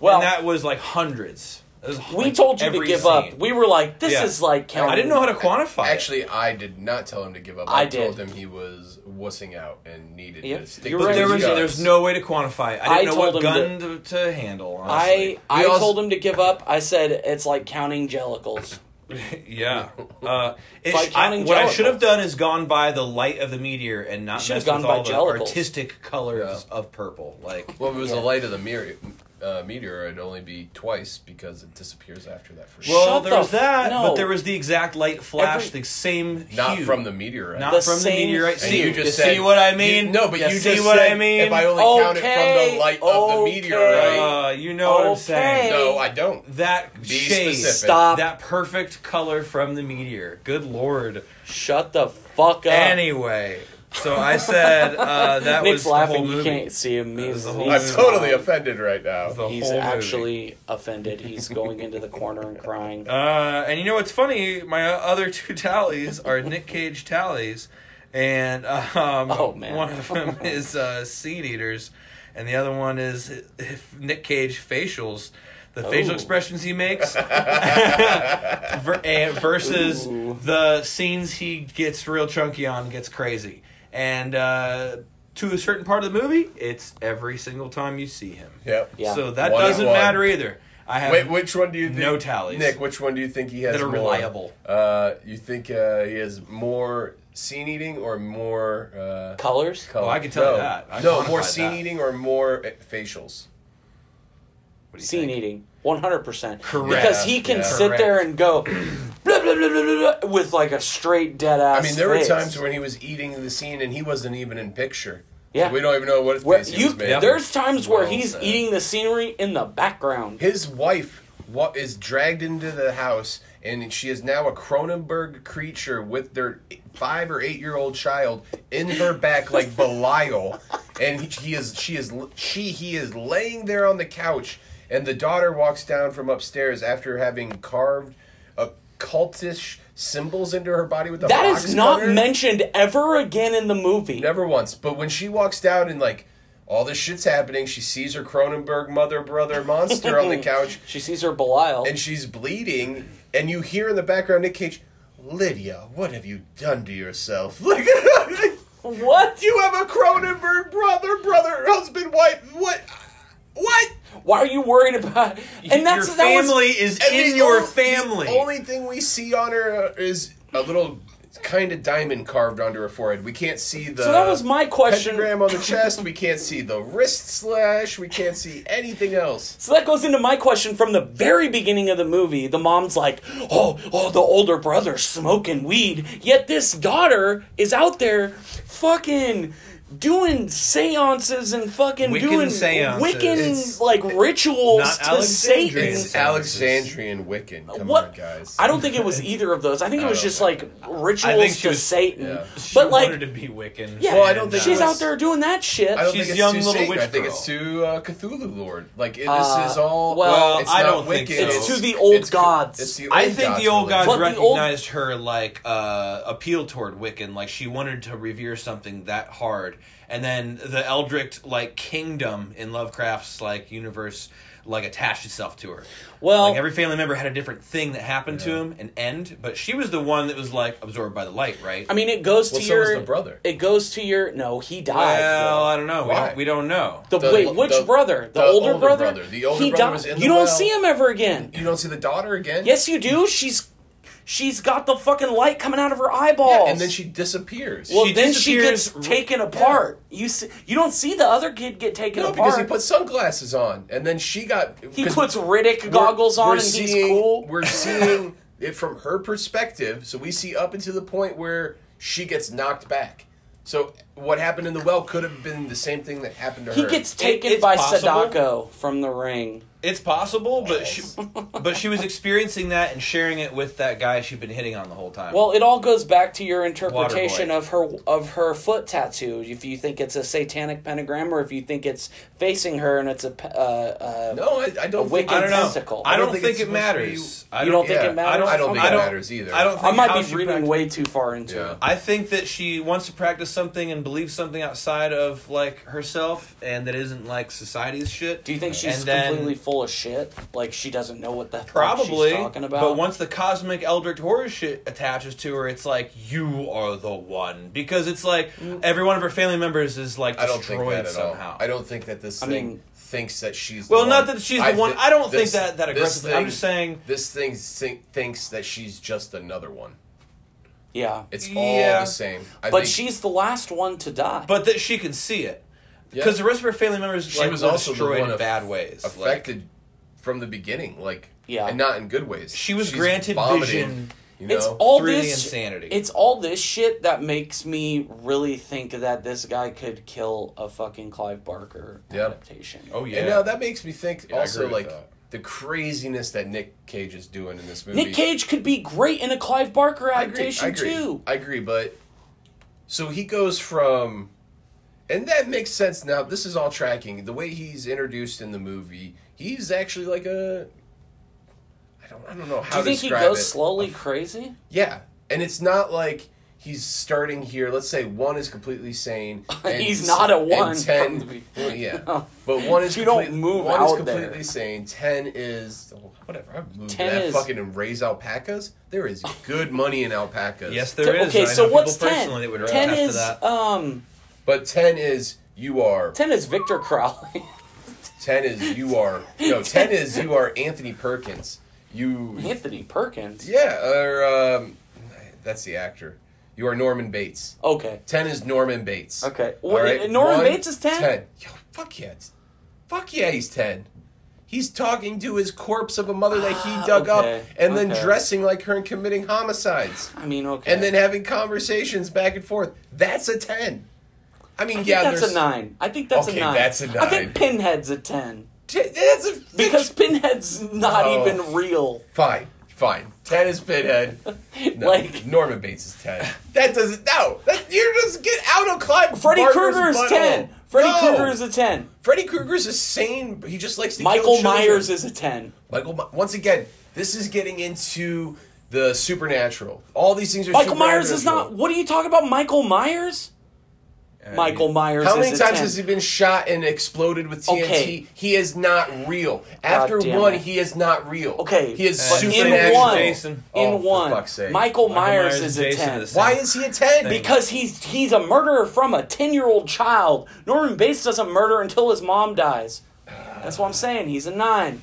S2: Well-
S3: and that was like hundreds. It was,
S2: we
S3: like,
S2: told you to
S3: every
S2: give
S3: scene.
S2: up. We were like, this
S3: Yeah.
S2: is like counting.
S3: I didn't know how to quantify. it.
S1: Actually, I did not tell him to give up.
S2: I
S1: I, told
S2: did.
S1: him he was wussing out and needed
S2: Yep.
S1: to stick
S2: You're
S1: to
S3: But
S2: right.
S1: his
S3: there was
S1: guns.
S3: there's no way to quantify. it.
S2: I
S3: I didn't know
S2: told him
S3: what gun to, to handle.
S2: I
S3: Honestly.
S2: I
S1: We also-
S2: told him to give up. I said it's like counting jellicles.
S3: yeah. Uh, it's,
S2: like
S3: I,
S2: counting
S3: what I
S2: jellicles.
S3: should have done is gone by the light of the meteor and not
S2: should have
S3: messed
S2: gone
S3: with all
S2: by
S3: the
S2: jellicles.
S3: artistic colors of purple. Like
S1: Well, it was
S2: Yeah.
S1: the light of the mirror, uh, meteor, it'd only be twice because it disappears after that first.
S2: Well,
S3: Well,
S2: Shut
S3: there
S2: the
S3: was that,
S2: f- no.
S3: but there was the exact light flash,
S2: Every-
S3: the same
S1: not
S3: hue.
S1: from the meteorite.
S3: not
S2: The
S3: from the
S2: same-
S3: meteorite.
S1: And
S3: See,
S1: you
S3: you
S1: just
S3: see
S1: said-
S3: what I mean?
S1: You- no, but you,
S3: see
S1: just
S3: what
S1: said,
S3: I mean.
S1: If I only count it from
S2: Okay,
S1: the light of the
S2: okay.
S1: meteorite,
S3: uh, you know what I'm
S2: Okay.
S3: saying?
S1: no, I don't.
S3: That
S1: Be
S3: shade,
S1: specific.
S2: Stop.
S3: that perfect color from the meteor. Good lord.
S2: Shut the fuck up.
S3: Anyway, so I said uh, that
S2: Nick's
S3: was the
S2: laughing.
S3: whole
S2: You
S3: movie.
S2: can't see him.
S3: was
S2: He's,
S3: the whole
S1: I'm
S2: he's-
S1: totally offended right now.
S3: The
S2: He's
S3: whole movie.
S2: actually offended. He's going into the corner and crying.
S3: Uh, and you know what's funny? My other two tallies are Nick Cage tallies, and um,
S2: Oh, man.
S3: one of them is uh, Seed Eaters, and the other one is if Nick Cage facials. The facial
S2: Oh.
S3: expressions he makes ver- and versus
S2: Ooh.
S3: the scenes he gets real chunky on, and gets crazy. And uh, to a certain part of the movie, it's every single time you see him.
S1: Yep.
S2: Yeah.
S3: So that
S1: One and
S3: doesn't
S1: one.
S3: matter either. I have
S1: Wait, which one do you think?
S3: No tallies.
S1: Nick, which one do you think he has
S3: That are
S1: more?
S3: reliable.
S1: Uh, you think uh, he has more scene eating or more uh,
S2: Colors.
S1: color?
S3: Oh, I can tell
S1: no.
S3: you that. I
S1: no, more
S3: quantified
S1: scene
S3: that.
S1: eating or more uh, facials.
S3: What do you
S2: Scene
S3: think?
S2: eating. One hundred percent.
S3: Correct.
S2: Because he can
S1: Yeah.
S2: sit
S3: Correct.
S2: there and go blah, blah, blah, blah, blah, blah, with like a straight dead
S1: I
S2: ass.
S1: mean, there were
S2: face.
S1: times when he was eating the scene and he wasn't even in picture.
S2: Yeah.
S1: So we don't even know what his
S2: Where
S1: face he
S2: you,
S1: was made.
S2: there's times where
S6: Well
S2: he's
S6: said.
S2: eating the scenery in the background.
S1: His wife wa- is dragged into the house, and she is now a Cronenberg creature with their five or eight year old child in her back, like Belial. And he is, she is, she, he is laying there on the couch, and the daughter walks down from upstairs after having carved a cultish symbols into her body with a
S2: That
S1: box
S2: is not
S1: cutter.
S2: mentioned ever again in the movie.
S1: Never once. But when she walks down and like all this shit's happening, she sees her Cronenberg mother brother monster on the couch,
S2: She sees her Belial.
S1: and she's bleeding, and you hear in the background Nick Cage, Lydia, what have you done to yourself? Like
S2: what?
S1: you have a Cronenberg brother brother husband wife. What? What?
S2: Why are you worried about? And that's
S3: your
S2: that was-
S3: family is
S1: And
S3: in
S1: the
S3: your
S1: ol-
S3: family.
S1: The only thing we see on her is a little kind of diamond carved onto her forehead. We can't see the
S2: so that was my question.
S1: pentagram on the chest. We can't see the wrist slash. We can't see anything else.
S2: So that goes into my question from the very beginning of the movie. The mom's like, "Oh, oh, the older brother's smoking weed," yet this daughter is out there, fucking doing seances and fucking
S3: Wiccan
S2: doing
S3: seances.
S2: Wiccan
S1: It's-
S2: like rituals
S3: not
S2: to
S3: Alexandrian.
S2: Satan.
S1: It's Alexandrian Wiccan. Come
S2: What?
S1: on, guys.
S2: I don't think it was either of those. I think it was
S1: don't
S2: just
S1: know.
S2: like
S3: I think
S2: rituals
S3: she
S2: to
S3: was-
S2: Satan.
S1: yeah.
S3: She
S2: But like,
S3: wanted to be Wiccan.
S2: yeah,
S1: Well, I don't think
S2: she's
S1: it was-
S2: out there doing that shit.
S1: I don't
S3: She's
S1: think it's
S3: young
S1: too
S3: little
S1: Satan.
S3: witch
S1: I think
S3: girl.
S1: it's too uh, Cthulhu Lord. Like it,
S2: Uh,
S1: this is all.
S2: well,
S1: it's
S3: I
S1: not
S3: don't think
S1: Wiccan,
S3: so. It's
S2: to the old
S1: it's-
S2: gods.
S1: It's the old
S3: I think the
S1: religion.
S3: old gods
S2: But the old-
S3: recognized her like uh, appeal toward Wiccan, like she wanted to revere something that hard. And then the Eldritch like kingdom in Lovecraft's like universe like attached itself to her.
S2: well,
S3: Like every family member had a different thing that happened to him, an end. But she was the one that was like absorbed by the light, right?
S2: I mean, it goes
S1: Well,
S2: to
S1: so
S2: your
S1: was the brother.
S2: It goes to your no. He died.
S3: well,
S2: though.
S3: I don't know. We
S1: Why?
S3: don't, we don't know.
S2: The,
S1: The-
S2: wait, which
S1: the-
S2: brother? The,
S1: the
S2: older,
S1: older
S2: brother?
S1: brother. The older
S2: He
S1: brother
S2: died.
S1: was in
S2: You
S1: the
S2: don't
S1: well.
S2: see him ever again.
S1: You don't see the daughter again.
S2: Yes, you do. She's she's got the fucking light coming out of her eyeballs.
S1: Yeah, and then she disappears.
S2: well,
S3: she
S2: then she gets
S3: disappears.
S2: taken apart. You see, you don't see the other kid get taken
S1: no,
S2: apart.
S1: because he put sunglasses on, and then she got.
S2: He
S1: 'cause
S2: puts Riddick
S1: we're-
S2: goggles on
S1: we're
S2: and he's
S1: seeing-
S2: cool.
S1: We're seeing it from her perspective, so we see up until the point where she gets knocked back. So what happened in the well could have been the same thing that happened to
S2: He
S1: her.
S2: gets taken
S3: it's
S2: by
S3: possible.
S2: Sadako from the ring.
S3: It's possible, but she, but she was experiencing that and sharing it with that guy she'd been hitting on the whole time.
S2: Well, it all goes back to your interpretation
S3: Waterboy.
S2: of her of her foot tattoo. If you think it's a satanic pentagram, or if you think it's facing her and it's a pe- uh, uh,
S1: no, I, I don't. think
S2: Wiccan
S3: I don't know.
S2: Tentacle.
S3: I don't, think,
S1: it's supposed
S3: it
S1: to be-
S3: matters. I
S2: you don't think
S1: yeah,
S2: it matters?
S1: I don't think
S2: Okay.
S1: it matters either.
S3: I don't. Think
S2: I
S3: how
S2: might be
S3: she
S2: reading
S3: practi-
S2: way too far into
S1: Yeah.
S2: it.
S3: I think that she wants to practice something and believe something outside of like herself, and that isn't like society's shit.
S2: Do you think she's
S3: And then-
S2: completely full of shit? Like she doesn't know what the fuck
S3: Probably,
S2: she's talking about.
S3: but once the cosmic eldritch horror shit attaches to her, it's like you are the one because it's like
S2: Mm.
S3: every one of her family members is like
S1: I
S3: destroyed
S1: don't think that at
S3: somehow.
S1: all. I don't think that this
S2: I
S1: thing
S2: mean-
S1: thinks that she's.
S3: Well,
S1: the
S3: not
S1: one.
S3: that she's the
S1: I
S3: one.
S1: thi-
S3: I don't think
S1: this-
S3: that that
S1: this
S3: aggressively.
S1: thing-
S3: I'm just saying.
S1: this thing think, thinks that she's just another one.
S2: yeah,
S1: It's all
S3: Yeah.
S1: the same. I
S2: but
S1: think
S2: she's the last one to die.
S3: but that she can see it.
S1: Yeah.
S3: Because the rest of her family members
S1: She
S3: like,
S1: was
S3: were
S1: also the
S3: destroyed
S1: one
S3: in
S1: aff-
S3: bad ways. Like,
S1: affected from the beginning, like
S2: Yeah.
S1: and not in good ways.
S3: she was
S1: She's
S3: granted
S1: vomiting,
S3: vision.
S1: You know,
S2: it's all
S3: through the
S2: this
S3: insanity.
S2: It's all this shit that makes me really think that this guy could kill a fucking Clive Barker
S1: Yeah.
S2: adaptation.
S3: Oh yeah.
S1: And now that makes me think
S3: Yeah, I
S1: also
S3: agree with
S1: like
S3: that.
S1: the craziness that Nick Cage is doing in this movie.
S2: Nick Cage could be great in a Clive Barker
S1: I agree,
S2: adaptation
S1: I agree,
S2: too.
S1: I agree, but so he goes from and that makes sense now. This is all tracking. The way he's introduced in the movie, he's actually like a I don't I don't know
S2: Do
S1: how to
S2: you think he
S1: describe
S2: goes
S1: it.
S2: slowly crazy?
S1: Yeah. And it's not like he's starting here. Let's say one is completely sane. And
S2: He's not a
S1: and
S2: one
S1: ten,
S2: from the be-
S1: well, yeah.
S2: No.
S1: But one is
S2: You don't
S1: complete-
S2: move
S1: one
S2: out
S1: is
S2: there.
S1: completely sane. Ten is whatever. I've moved
S2: 10
S1: that
S2: is-
S1: fucking and raise alpacas. There is good money in alpacas.
S3: yes, there is.
S2: okay,
S3: I
S2: so
S3: know
S2: what's
S3: people
S2: ten?
S3: personally that would
S2: ten
S3: attest to
S2: is
S3: that.
S2: um
S1: but ten is you are.
S2: ten is Victor Crowley.
S1: Ten is you are. No, ten is you are Anthony Perkins. You
S2: Anthony Perkins.
S1: yeah or um, that's the actor. You are Norman Bates.
S2: Okay.
S1: Ten is Norman Bates.
S2: Okay.
S1: All
S2: What- Norman Bates is 10?
S1: Ten. Yo, fuck yeah. it's- Fuck yeah, he's ten. He's talking to his corpse of a mother that he dug
S2: Ah, okay,
S1: up, and
S2: okay.
S1: then dressing like her and committing homicides,
S2: I mean okay.
S1: and then having conversations back and forth. That's a ten. I mean,
S2: I think
S1: yeah,
S2: that's
S1: there's
S2: a nine. I think that's
S1: Okay,
S2: a nine.
S1: that's a
S2: I think
S1: nine.
S2: Pinhead's a ten.
S1: T- that's a
S2: Because Pinhead's not
S1: Oh.
S2: even real.
S1: fine, fine. Ten is Pinhead. No,
S2: Like-
S1: Norman Bates is ten. That doesn't. No, that, you're just get out of Clive.
S2: Freddy
S1: Barker's
S2: Krueger is
S1: butthole.
S2: ten. Freddy
S1: No.
S2: Krueger is a ten.
S1: Freddy Krueger's a sane. He just likes to
S2: Michael
S1: kill children.
S2: Myers is a ten.
S1: Michael. My- Once again, this is getting into the supernatural. All these things are.
S2: Michael Myers is not.
S1: supernatural.
S2: What are you talking about, Michael Myers?
S3: Uh,
S2: Michael Myers.
S1: How
S2: is
S1: many
S2: a
S1: times
S2: 10.
S1: has he been shot and exploded with TNT?
S2: Okay.
S1: He is not real. After
S2: damn
S1: one,
S2: it.
S1: he is not real.
S2: Okay,
S1: He is
S2: but in
S1: supernatural.
S2: one-
S3: Jason.
S1: Oh,
S2: in
S1: for
S2: one?
S1: fuck's sake.
S2: Michael, Myers,
S3: Myers
S2: is
S3: and
S2: a
S3: Jason
S2: ten.
S3: is-
S1: Why is he a ten?
S2: Because he's he's a murderer from a ten year old child. Norman Bates doesn't murder until his mom dies. That's what I'm saying. He's a nine.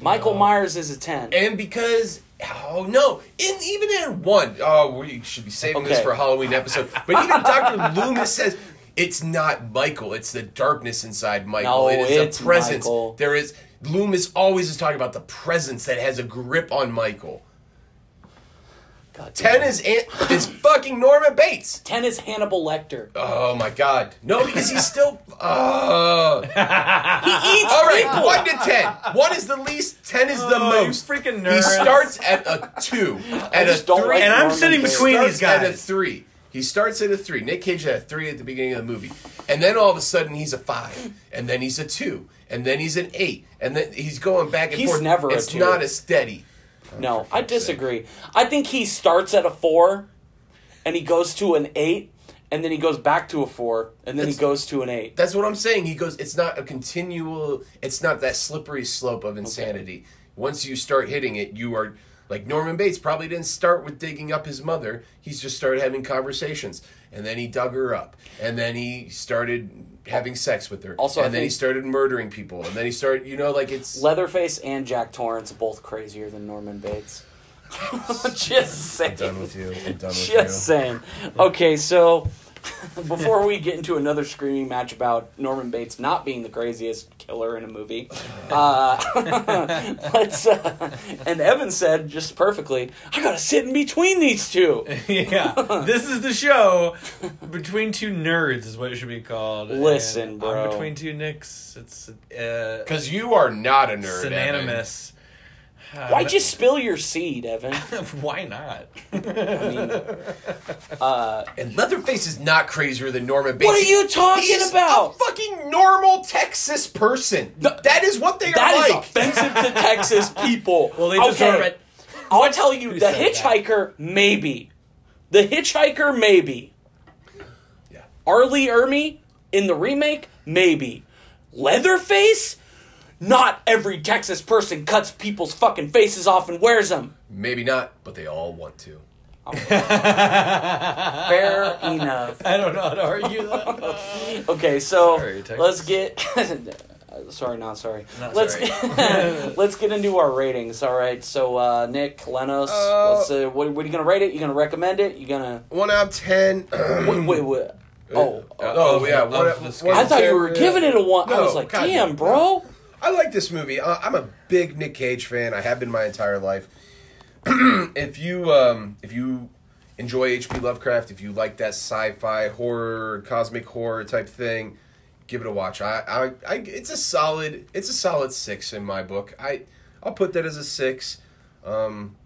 S2: Michael Myers is a ten.
S1: And because oh no, in even in one, oh we should be saving this
S2: Okay.
S1: for a Halloween episode. But even Doctor Loomis says it's not Michael; it's the darkness inside Michael.
S2: No,
S1: it is
S2: it's
S1: a presence.
S2: Michael.
S1: There is Loomis always is talking about the presence that has a grip on Michael.
S2: God damn
S1: Ten
S2: it.
S1: is Ant- is fucking Norman Bates.
S2: ten is Hannibal Lecter.
S1: Oh my god, no, because he's still. Oh.
S2: He eats
S1: All right,
S2: people.
S1: one to ten. One is the least. Ten is the
S3: Oh, you
S1: most.
S3: freaking
S1: He
S3: nerds.
S1: starts at a two, at a
S2: just don't
S1: three,
S2: like
S3: and I'm
S2: Norman
S3: sitting
S2: Bates.
S3: between
S1: starts
S3: these guys.
S1: at a three. He starts at a three. Nick Cage at a three at the beginning of the movie, and then all of a sudden he's a five, and then he's a two, and then he's an eight, and then he's going back and
S2: He's
S1: forth.
S2: never a
S1: It's
S2: two.
S1: not as steady.
S2: No, I disagree. I think he starts at a four, and he goes to an eight, and then he goes back to a four, and then he goes to an eight.
S1: That's what I'm saying. He goes. It's not a continual. It's not that slippery slope of insanity. Once you start hitting it, you are like Norman Bates. Probably didn't start with digging up his mother. He's just started having conversations, and then he dug her up, and then he started having sex with her.
S2: Also, I
S1: and then he
S2: think-
S1: started murdering people, and then he started. You know, like it's.
S2: Leatherface and Jack Torrance are both crazier than Norman Bates. Just saying.
S1: done with you. I'm done with you.
S2: Just saying. Okay, so before we get into another screaming match about Norman Bates not being the craziest killer in a movie, uh, let's. Uh, and Evan said just perfectly, "I gotta sit in between these two.
S3: yeah, this is the show between two nerds is what it should be called.
S2: Listen,
S3: And
S2: bro.
S3: I'm between two nicks. It's uh,
S1: Because you are not a nerd. Evan.
S3: synonymous. Uh,
S2: Why'd you spill your seed, Evan?"
S3: Why not?
S2: I mean,
S1: And Leatherface is not crazier than Norman Bates.
S2: What are you talking
S1: He's
S2: about?
S1: A fucking normal Texas person. that is what they
S2: that
S1: are
S2: is
S1: like.
S2: offensive to Texas people.
S3: Well, they
S2: okay.
S3: deserve it.
S2: I'll tell you, the
S3: said that?
S2: hitchhiker maybe, the hitchhiker maybe.
S1: Yeah.
S2: Arlie Ermy in the remake, maybe. Leatherface? Not every Texas person cuts people's fucking faces off and wears them.
S1: Maybe not, but they all want to.
S2: Fair enough.
S3: I don't know how to argue that.
S2: Okay, so
S3: Sorry, Texas.
S2: let's get. sorry, not sorry.
S3: Not
S2: let's
S3: sorry.
S2: let's get into our ratings. All right, so uh, Nick Lenos,
S1: Uh,
S2: let's, uh, what, what are you gonna rate it? You gonna recommend it? You gonna
S1: One out of ten.
S2: wait? wait, wait. Oh,
S1: Uh, Oh,
S3: of-
S1: yeah,
S3: of
S1: what-
S3: the
S1: what-
S3: scale.
S2: I thought you were
S1: Yeah.
S2: giving it a one. I
S1: Uh, No,
S2: was like,
S1: God,
S2: damn,
S1: no.
S2: bro.
S1: I like this movie. I, I'm a big Nick Cage fan. I have been my entire life. if you um, if you enjoy H.P. Lovecraft, if you like that sci-fi horror, cosmic horror type thing, give it a watch. I, I, I it's a solid it's a solid six in my book. I I'll put that as a six. Um,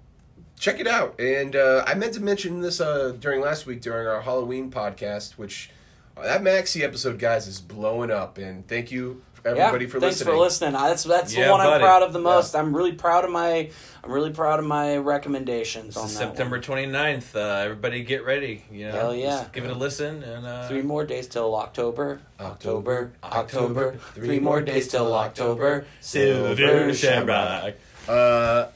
S1: check it out. And uh, I meant to mention this uh, during last week during our Halloween podcast, which. uh, That Maxi episode, guys, is blowing up, and thank you everybody
S2: yeah,
S1: for
S2: thanks
S1: listening.
S2: for listening. I- That's that's the
S3: Yeah,
S2: one I'm
S3: buddy.
S2: proud of the
S1: Yeah.
S2: most. I'm really proud of my I'm really proud of my recommendations on
S3: This
S2: that
S3: is September 29th. Uh, everybody get ready. You know,
S2: Hell yeah.
S3: Just give it a listen and uh,
S2: One. Three more days till October. October. October.
S1: October.
S2: Three more days till October. Silver Shamrock.
S1: Uh,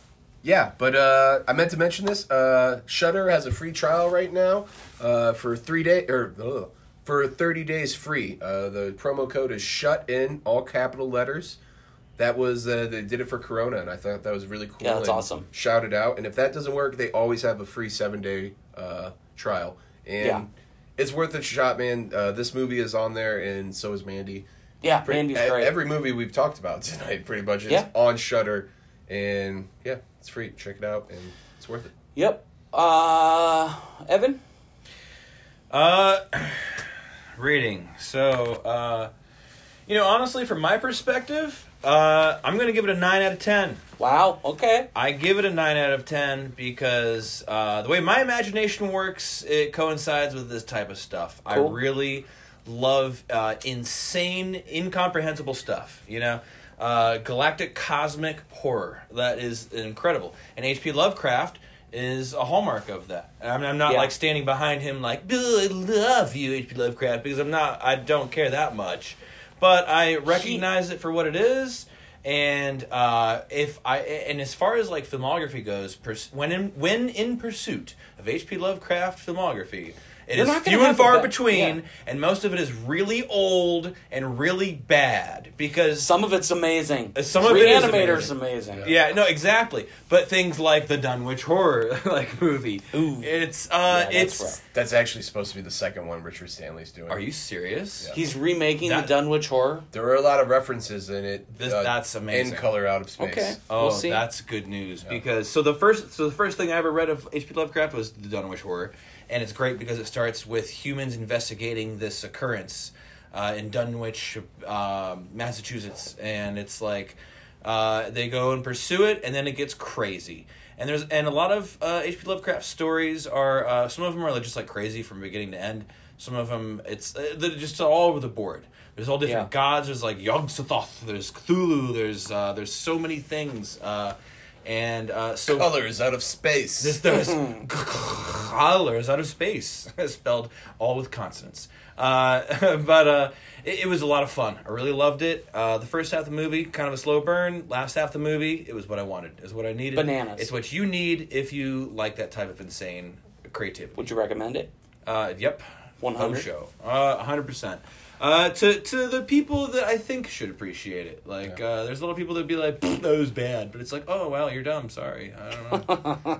S1: yeah, but uh, I meant to mention this. Uh, Shutter has a free trial right now uh, for three day or ugh, for thirty days free. Uh, the promo code is shut in all capital letters. That was uh, they did it for Corona, and I thought that was really cool.
S2: Yeah, that's
S1: and
S2: awesome.
S1: Shout it out, and if that doesn't work, they always have a free seven day uh, trial, and
S2: Yeah.
S1: it's worth a shot, man. Uh, this movie is on there, and so is Mandy.
S2: Yeah,
S1: Pretty-
S2: Mandy's
S1: e-
S2: great.
S1: Every movie we've talked about tonight, pretty much, is
S2: Yeah.
S1: on Shutter, and yeah, it's free. Check it out, and it's worth it.
S2: yep. Uh, Evan.
S3: Uh, reading. So, uh, you know, honestly, from my perspective, uh, I'm gonna give it a nine out of ten.
S2: Wow. Okay.
S3: I give it a nine out of ten because uh, the way my imagination works, it coincides with this type of stuff.
S2: Cool.
S3: I really love uh, insane, incomprehensible stuff. You know, uh, galactic cosmic horror that is incredible, and H.P. Lovecraft is a hallmark of that. And I'm, I'm not
S2: Yeah.
S3: like standing behind him like "Ugh, I love you, H.P. Lovecraft, because I'm not. I don't care that much, but I recognize it for what it is. And uh, if I and as far as like filmography goes, pers- when in when in pursuit of H.P. Lovecraft filmography, it
S2: We're
S3: is
S2: not gonna
S3: few and
S2: have to
S3: far
S2: bet-
S3: between,
S2: yeah.
S3: and most of it is really old and really bad because
S2: Some of it's amazing.
S3: Uh, some of it is
S2: Reanimator's amazing.
S3: yeah, no, exactly. But things like the Dunwich Horror like movie,
S2: Ooh.
S3: it's uh,
S2: that's
S3: it's.
S2: rough.
S1: That's actually supposed to be the second one Richard Stanley's doing.
S3: Are you serious?
S1: Yeah.
S2: He's remaking
S3: That-
S2: the Dunwich Horror.
S1: There are a lot of references in it. uh,
S3: This- that's amazing.
S1: In color, out of space.
S2: Okay.
S3: Oh,
S2: We'll see.
S3: that's good news because so the first so the first thing I ever read of H.P. Lovecraft was the Dunwich Horror, and it's great because it starts with humans investigating this occurrence uh, in Dunwich, um, Massachusetts, and it's like uh, they go and pursue it, and then it gets crazy. And there's and a lot of uh, H.P. Lovecraft stories are uh, some of them are just like crazy from beginning to end. Some of them it's uh, they're just all over the board. There's all different
S2: Yeah.
S3: gods. There's like Yog-Sothoth. There's Cthulhu. There's uh, there's so many things. Uh, and uh, so
S1: Colors out of space.
S3: There's, there's colors out of space, spelled all with consonants. Uh, but uh, it, it was a lot of fun. I really loved it. Uh, the first half of the movie, kind of a slow burn. Last half of the movie, it was what I wanted. It was what I needed.
S2: Bananas.
S3: It's what you need if you like that type of insane creativity.
S2: Would you recommend it?
S3: Uh, yep.
S2: 100?
S3: Faux show. Uh, 100%. Uh, to to the people that I think should appreciate it, like uh, there's a lot of people that be like, "Pfft, "That was bad," but it's like, "Oh well, you're dumb. Sorry, I don't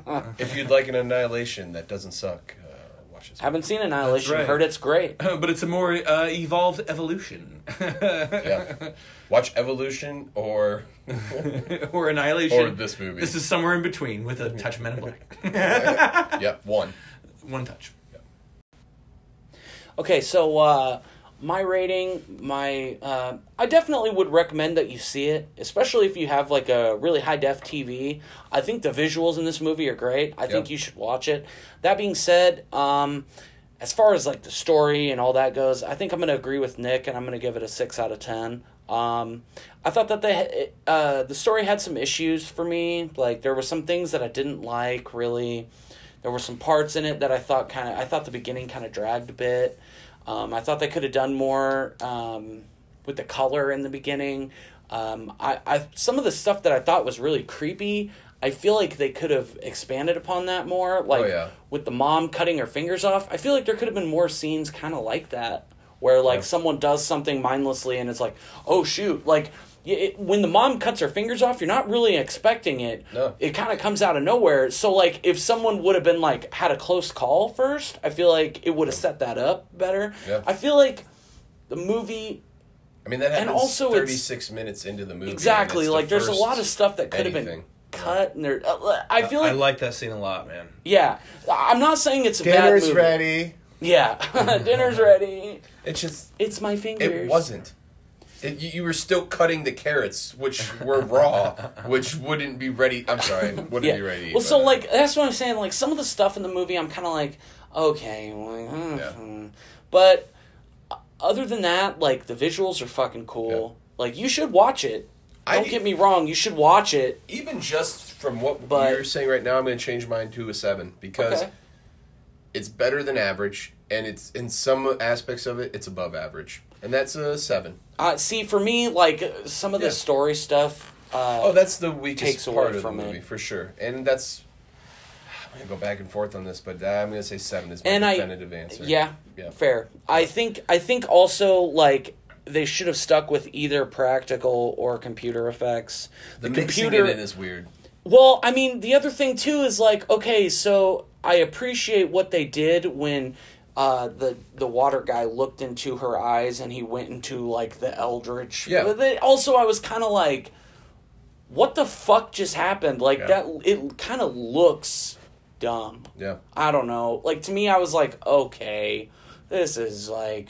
S3: know."
S1: if you'd like an annihilation that doesn't suck, uh, watch this.
S2: Haven't seen Annihilation.
S3: That's right.
S2: Heard it's great.
S3: but it's a more uh, evolved evolution,
S1: yeah. Watch Evolution or
S3: or annihilation,
S1: or this movie.
S3: This is somewhere in between with a touch of Men in Black,
S1: yeah, one.
S3: one touch.
S2: Okay, so uh, my rating, my uh, I definitely would recommend that you see it, especially if you have like a really high def TV. I think the visuals in this movie are great. I think
S1: Yep.
S2: you should watch it. That being said, um, as far as like the story and all that goes, I think I'm gonna agree with Nick, and I'm gonna give it a six out of ten. Um, I thought that the uh, the story had some issues for me. Like there were some things that I didn't like really. There were some parts in it that I thought kind of I thought the beginning kind of dragged a bit. Um, I thought they could have done more um, with the color in the beginning. Um, I, I some of the stuff that I thought was really creepy. I feel like they could have expanded upon that more, like
S1: yeah.
S2: with the mom cutting her fingers off. I feel like there could have been more scenes kind of like that, where like someone does something mindlessly and it's like, oh shoot, like. y- It, when the mom cuts her fingers off, you're not really expecting it
S1: No.
S2: it kind of comes out of nowhere. So like if someone would have been like had a close call first, I feel like it would have set that up better.
S1: Yeah.
S2: I feel like The movie
S1: I mean, that
S2: And
S1: happens
S2: also it's-
S1: 36 minutes into the movie. and
S2: exactly
S1: it's the
S2: like there's a
S1: first
S2: lot of stuff that could have been
S1: anything.
S2: cut and there. uh, I feel like
S7: I like that scene a lot, man.
S2: yeah. I'm not saying it's a bad
S1: Dinner's
S2: movie.
S1: ready.
S2: Yeah, dinner's ready.
S1: It's just,
S2: It's my fingers.
S1: it wasn't. It, you, you were still cutting the carrots, which were raw, which wouldn't be ready. I'm sorry, wouldn't
S2: Yeah.
S1: be ready. to eat,
S2: well, so
S1: but- uh,
S2: like that's what I'm saying. Like some of the stuff in the movie, I'm kind of like, okay, well, mm,
S1: Yeah.
S2: mm. but uh, other than that, like the visuals are fucking cool. Like you should watch it.
S1: I-
S2: Don't get me wrong, you should watch it.
S1: even just from what
S2: But-
S1: you're saying right now, I'm going to change mine to a seven because
S2: Okay.
S1: it's better than average, and it's in some aspects of it, it's above average, and that's a seven.
S2: Uh, see, for me, like uh, some of the
S1: Yeah.
S2: story stuff. Uh,
S1: Oh, that's the weakest
S2: Takes away
S1: part of
S2: from
S1: the
S2: it.
S1: movie for sure, and that's. I'm gonna go back and forth on this, but uh, I'm gonna say seven is my
S2: And I-
S1: definitive answer.
S2: Yeah,
S1: Yeah.
S2: fair. I think I think also like they should have stuck with either practical or computer effects.
S1: the computer in it is weird.
S2: Well, I mean, the other thing too is like, okay, so I appreciate what they did when uh, the the water guy looked into her eyes and he went into like the eldritch.
S1: Yeah.
S2: But they, also, I was kind of like, what the fuck just happened? Like
S1: Yeah.
S2: that. It kind of looks dumb.
S1: Yeah,
S2: I don't know. Like to me, I was like, okay, this is like.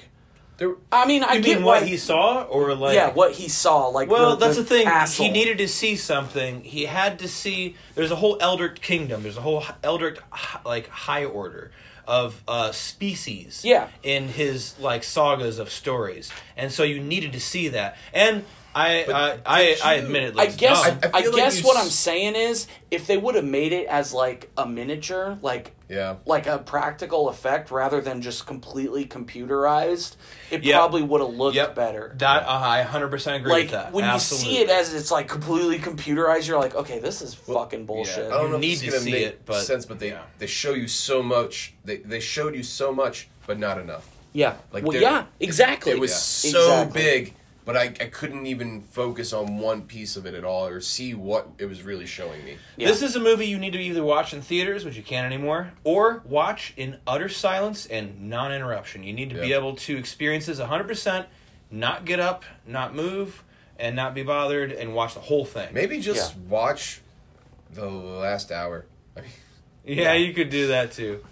S1: there,
S2: I mean, I
S3: You
S2: get
S3: mean what
S2: why-
S3: he saw, or like?
S2: yeah, what he saw. Like,
S3: Well, that's the, thing.
S2: castle.
S3: He needed to see something. He had to see. There's a whole Eldritch kingdom. There's a whole h- Eldritch h- like high order of uh, species.
S2: Yeah.
S3: In his like sagas of stories, and so you needed to see that. And I I I,
S1: did
S3: I
S1: you-
S3: admit it.
S2: I
S3: it's
S2: guess
S3: dumb.
S2: I,
S1: I feel like
S2: guess
S1: you
S2: what
S1: s-
S2: I'm saying is if they would have made it as like a miniature, like
S1: yeah.
S2: like a practical effect rather than just completely computerized, it
S3: Yep.
S2: probably would have looked
S3: Yep.
S2: better.
S3: That uh, I 100% agree
S2: Like
S3: with that.
S2: when you see it
S3: Absolutely.
S2: as it's like completely computerized, you're like, okay, this is fucking bullshit.
S1: I don't know
S3: You
S1: if
S3: need
S1: it's
S3: to
S1: gonna
S3: see
S1: make
S3: it, but-
S1: sense, but they
S3: yeah.
S1: they show you so much. They they showed you so much, but not enough.
S2: yeah,
S1: Like,
S2: well,
S1: they're-
S2: yeah, exactly.
S1: It was
S2: Yeah.
S1: so
S2: Exactly.
S1: big, but I, I couldn't even focus on one piece of it at all or see what it was really showing me.
S2: Yeah.
S3: This is a movie you need to either watch in theaters, which you can't anymore, or watch in utter silence and non interruption. You need to be
S1: Yeah.
S3: able to experience this 100%, not get up, not move, and not be bothered, and watch the whole thing.
S1: Maybe just watch the last hour. I mean,
S3: Yeah, you could do that too.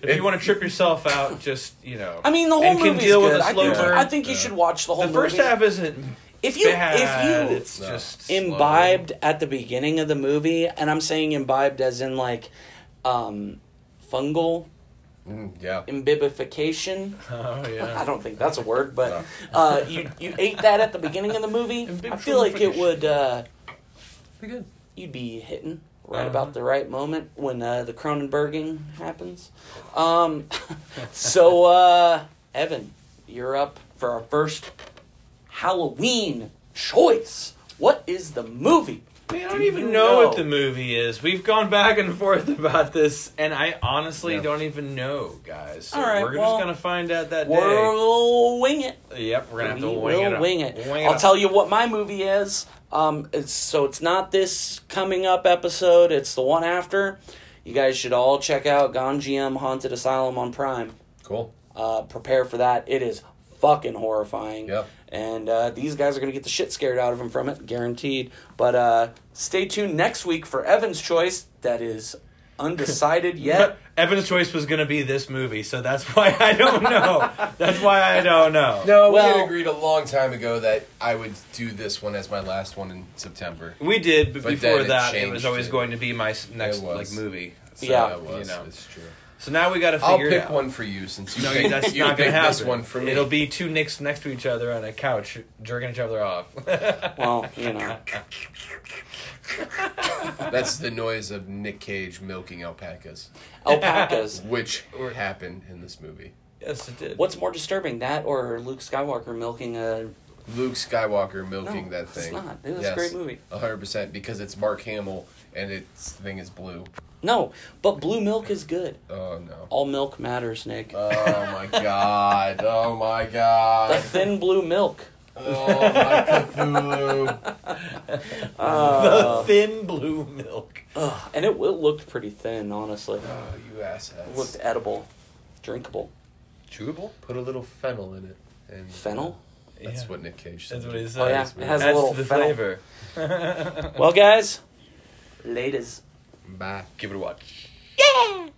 S3: If
S1: It-
S3: you want to trip yourself out, just, you know.
S2: I mean, the whole
S3: and
S2: movie
S3: can deal
S2: good.
S3: with a
S2: I
S3: slow
S2: think,
S3: burn.
S2: I think you should watch the whole.
S3: the first
S2: movie.
S3: half isn't
S2: If you
S3: bad.
S2: if you
S3: it's
S1: No.
S3: just slow.
S2: imbibed at the beginning of the movie, and I'm saying imbibed as in like um, fungal
S1: mm, yeah.
S2: imbibification.
S3: Oh,
S2: I
S3: yeah.
S2: don't think that's a word, but uh, you you ate that at the beginning of the movie. I feel like it would uh,
S1: Pretty good.
S2: you'd be hitting right
S3: Uh-huh.
S2: about the right moment when uh, the Cronenberging happens. Um, so uh, Evan, you're up for our first Halloween choice. What is the movie?
S3: Man, I
S2: Do
S3: don't
S2: you
S3: even know,
S2: know?
S3: what the movie is. We've gone back and forth about this, and I honestly
S1: Yeah.
S3: don't even know, guys. So
S2: All right,
S3: we're
S2: well,
S3: just gonna find out that day.
S2: We'll wing it.
S3: Yep, we're gonna
S2: we
S3: have to
S2: will
S3: wing it. up.
S2: wing it.
S3: Wing
S2: I'll
S3: up.
S2: tell you what my movie is. Um, it's, so it's not this coming up episode. It's the one after. You guys should all check out Gone GM Haunted Asylum on Prime.
S1: Cool.
S2: Uh, prepare for that. It is fucking horrifying.
S1: Yep.
S2: And uh, these guys are gonna get the shit scared out of them from it, guaranteed. But uh, stay tuned next week for Evan's choice. That is undecided yet.
S3: Evan's choice was gonna be this movie, so that's why I don't know. that's why I don't know.
S1: No, we
S2: Well-
S1: had agreed a long time ago that I would do this one as my last one in September.
S3: We did, but,
S1: But then
S3: before
S1: it
S3: that, it
S1: changed
S3: was always
S1: it.
S3: going to be my s- next
S1: It
S3: like
S1: was.
S3: movie. So,
S2: Yeah.
S1: That was.
S3: you know.
S1: It's true.
S3: So now we got to figure
S1: I'll
S3: it
S1: pick
S3: out.
S1: one for you since you
S3: No,
S1: picked,
S3: that's
S1: you
S3: not gonna
S1: picked
S3: happen.
S1: this one for me.
S3: It'll be two Nicks next to each other on a couch, jerking each other off.
S2: Well, you know.
S1: That's the noise of Nick Cage milking alpacas,
S2: Alpacas.
S1: which happened in this movie.
S3: yes, it did.
S2: What's more disturbing, that or Luke Skywalker milking a?
S1: Luke Skywalker milking
S2: No,
S1: that
S2: it's
S1: thing.
S2: not. It was a great movie.
S1: hundred percent because it's Mark Hamill and its thing is blue.
S2: No, but blue milk is good.
S1: Oh no.
S2: All milk matters, Nick.
S1: Oh my god. Oh my
S2: the
S1: god.
S2: thin blue milk.
S1: Oh my Cthulhu.
S3: the
S2: Uh,
S3: thin blue milk.
S2: ugh, and it, it looked pretty thin, honestly.
S1: Oh, you
S2: It looked
S1: asshats.
S2: edible, drinkable.
S7: Chewable?
S1: Put a little fennel in it. And
S2: Fennel?
S1: That's
S4: uh, Yeah.
S1: what Nick Cage said.
S4: That's what he said.
S2: Oh, yeah. It has
S4: Adds
S2: a little
S4: to the
S2: fennel.
S4: flavor.
S2: Well, guys, laters.
S1: Bye.
S3: Give it a watch.
S2: Yeah!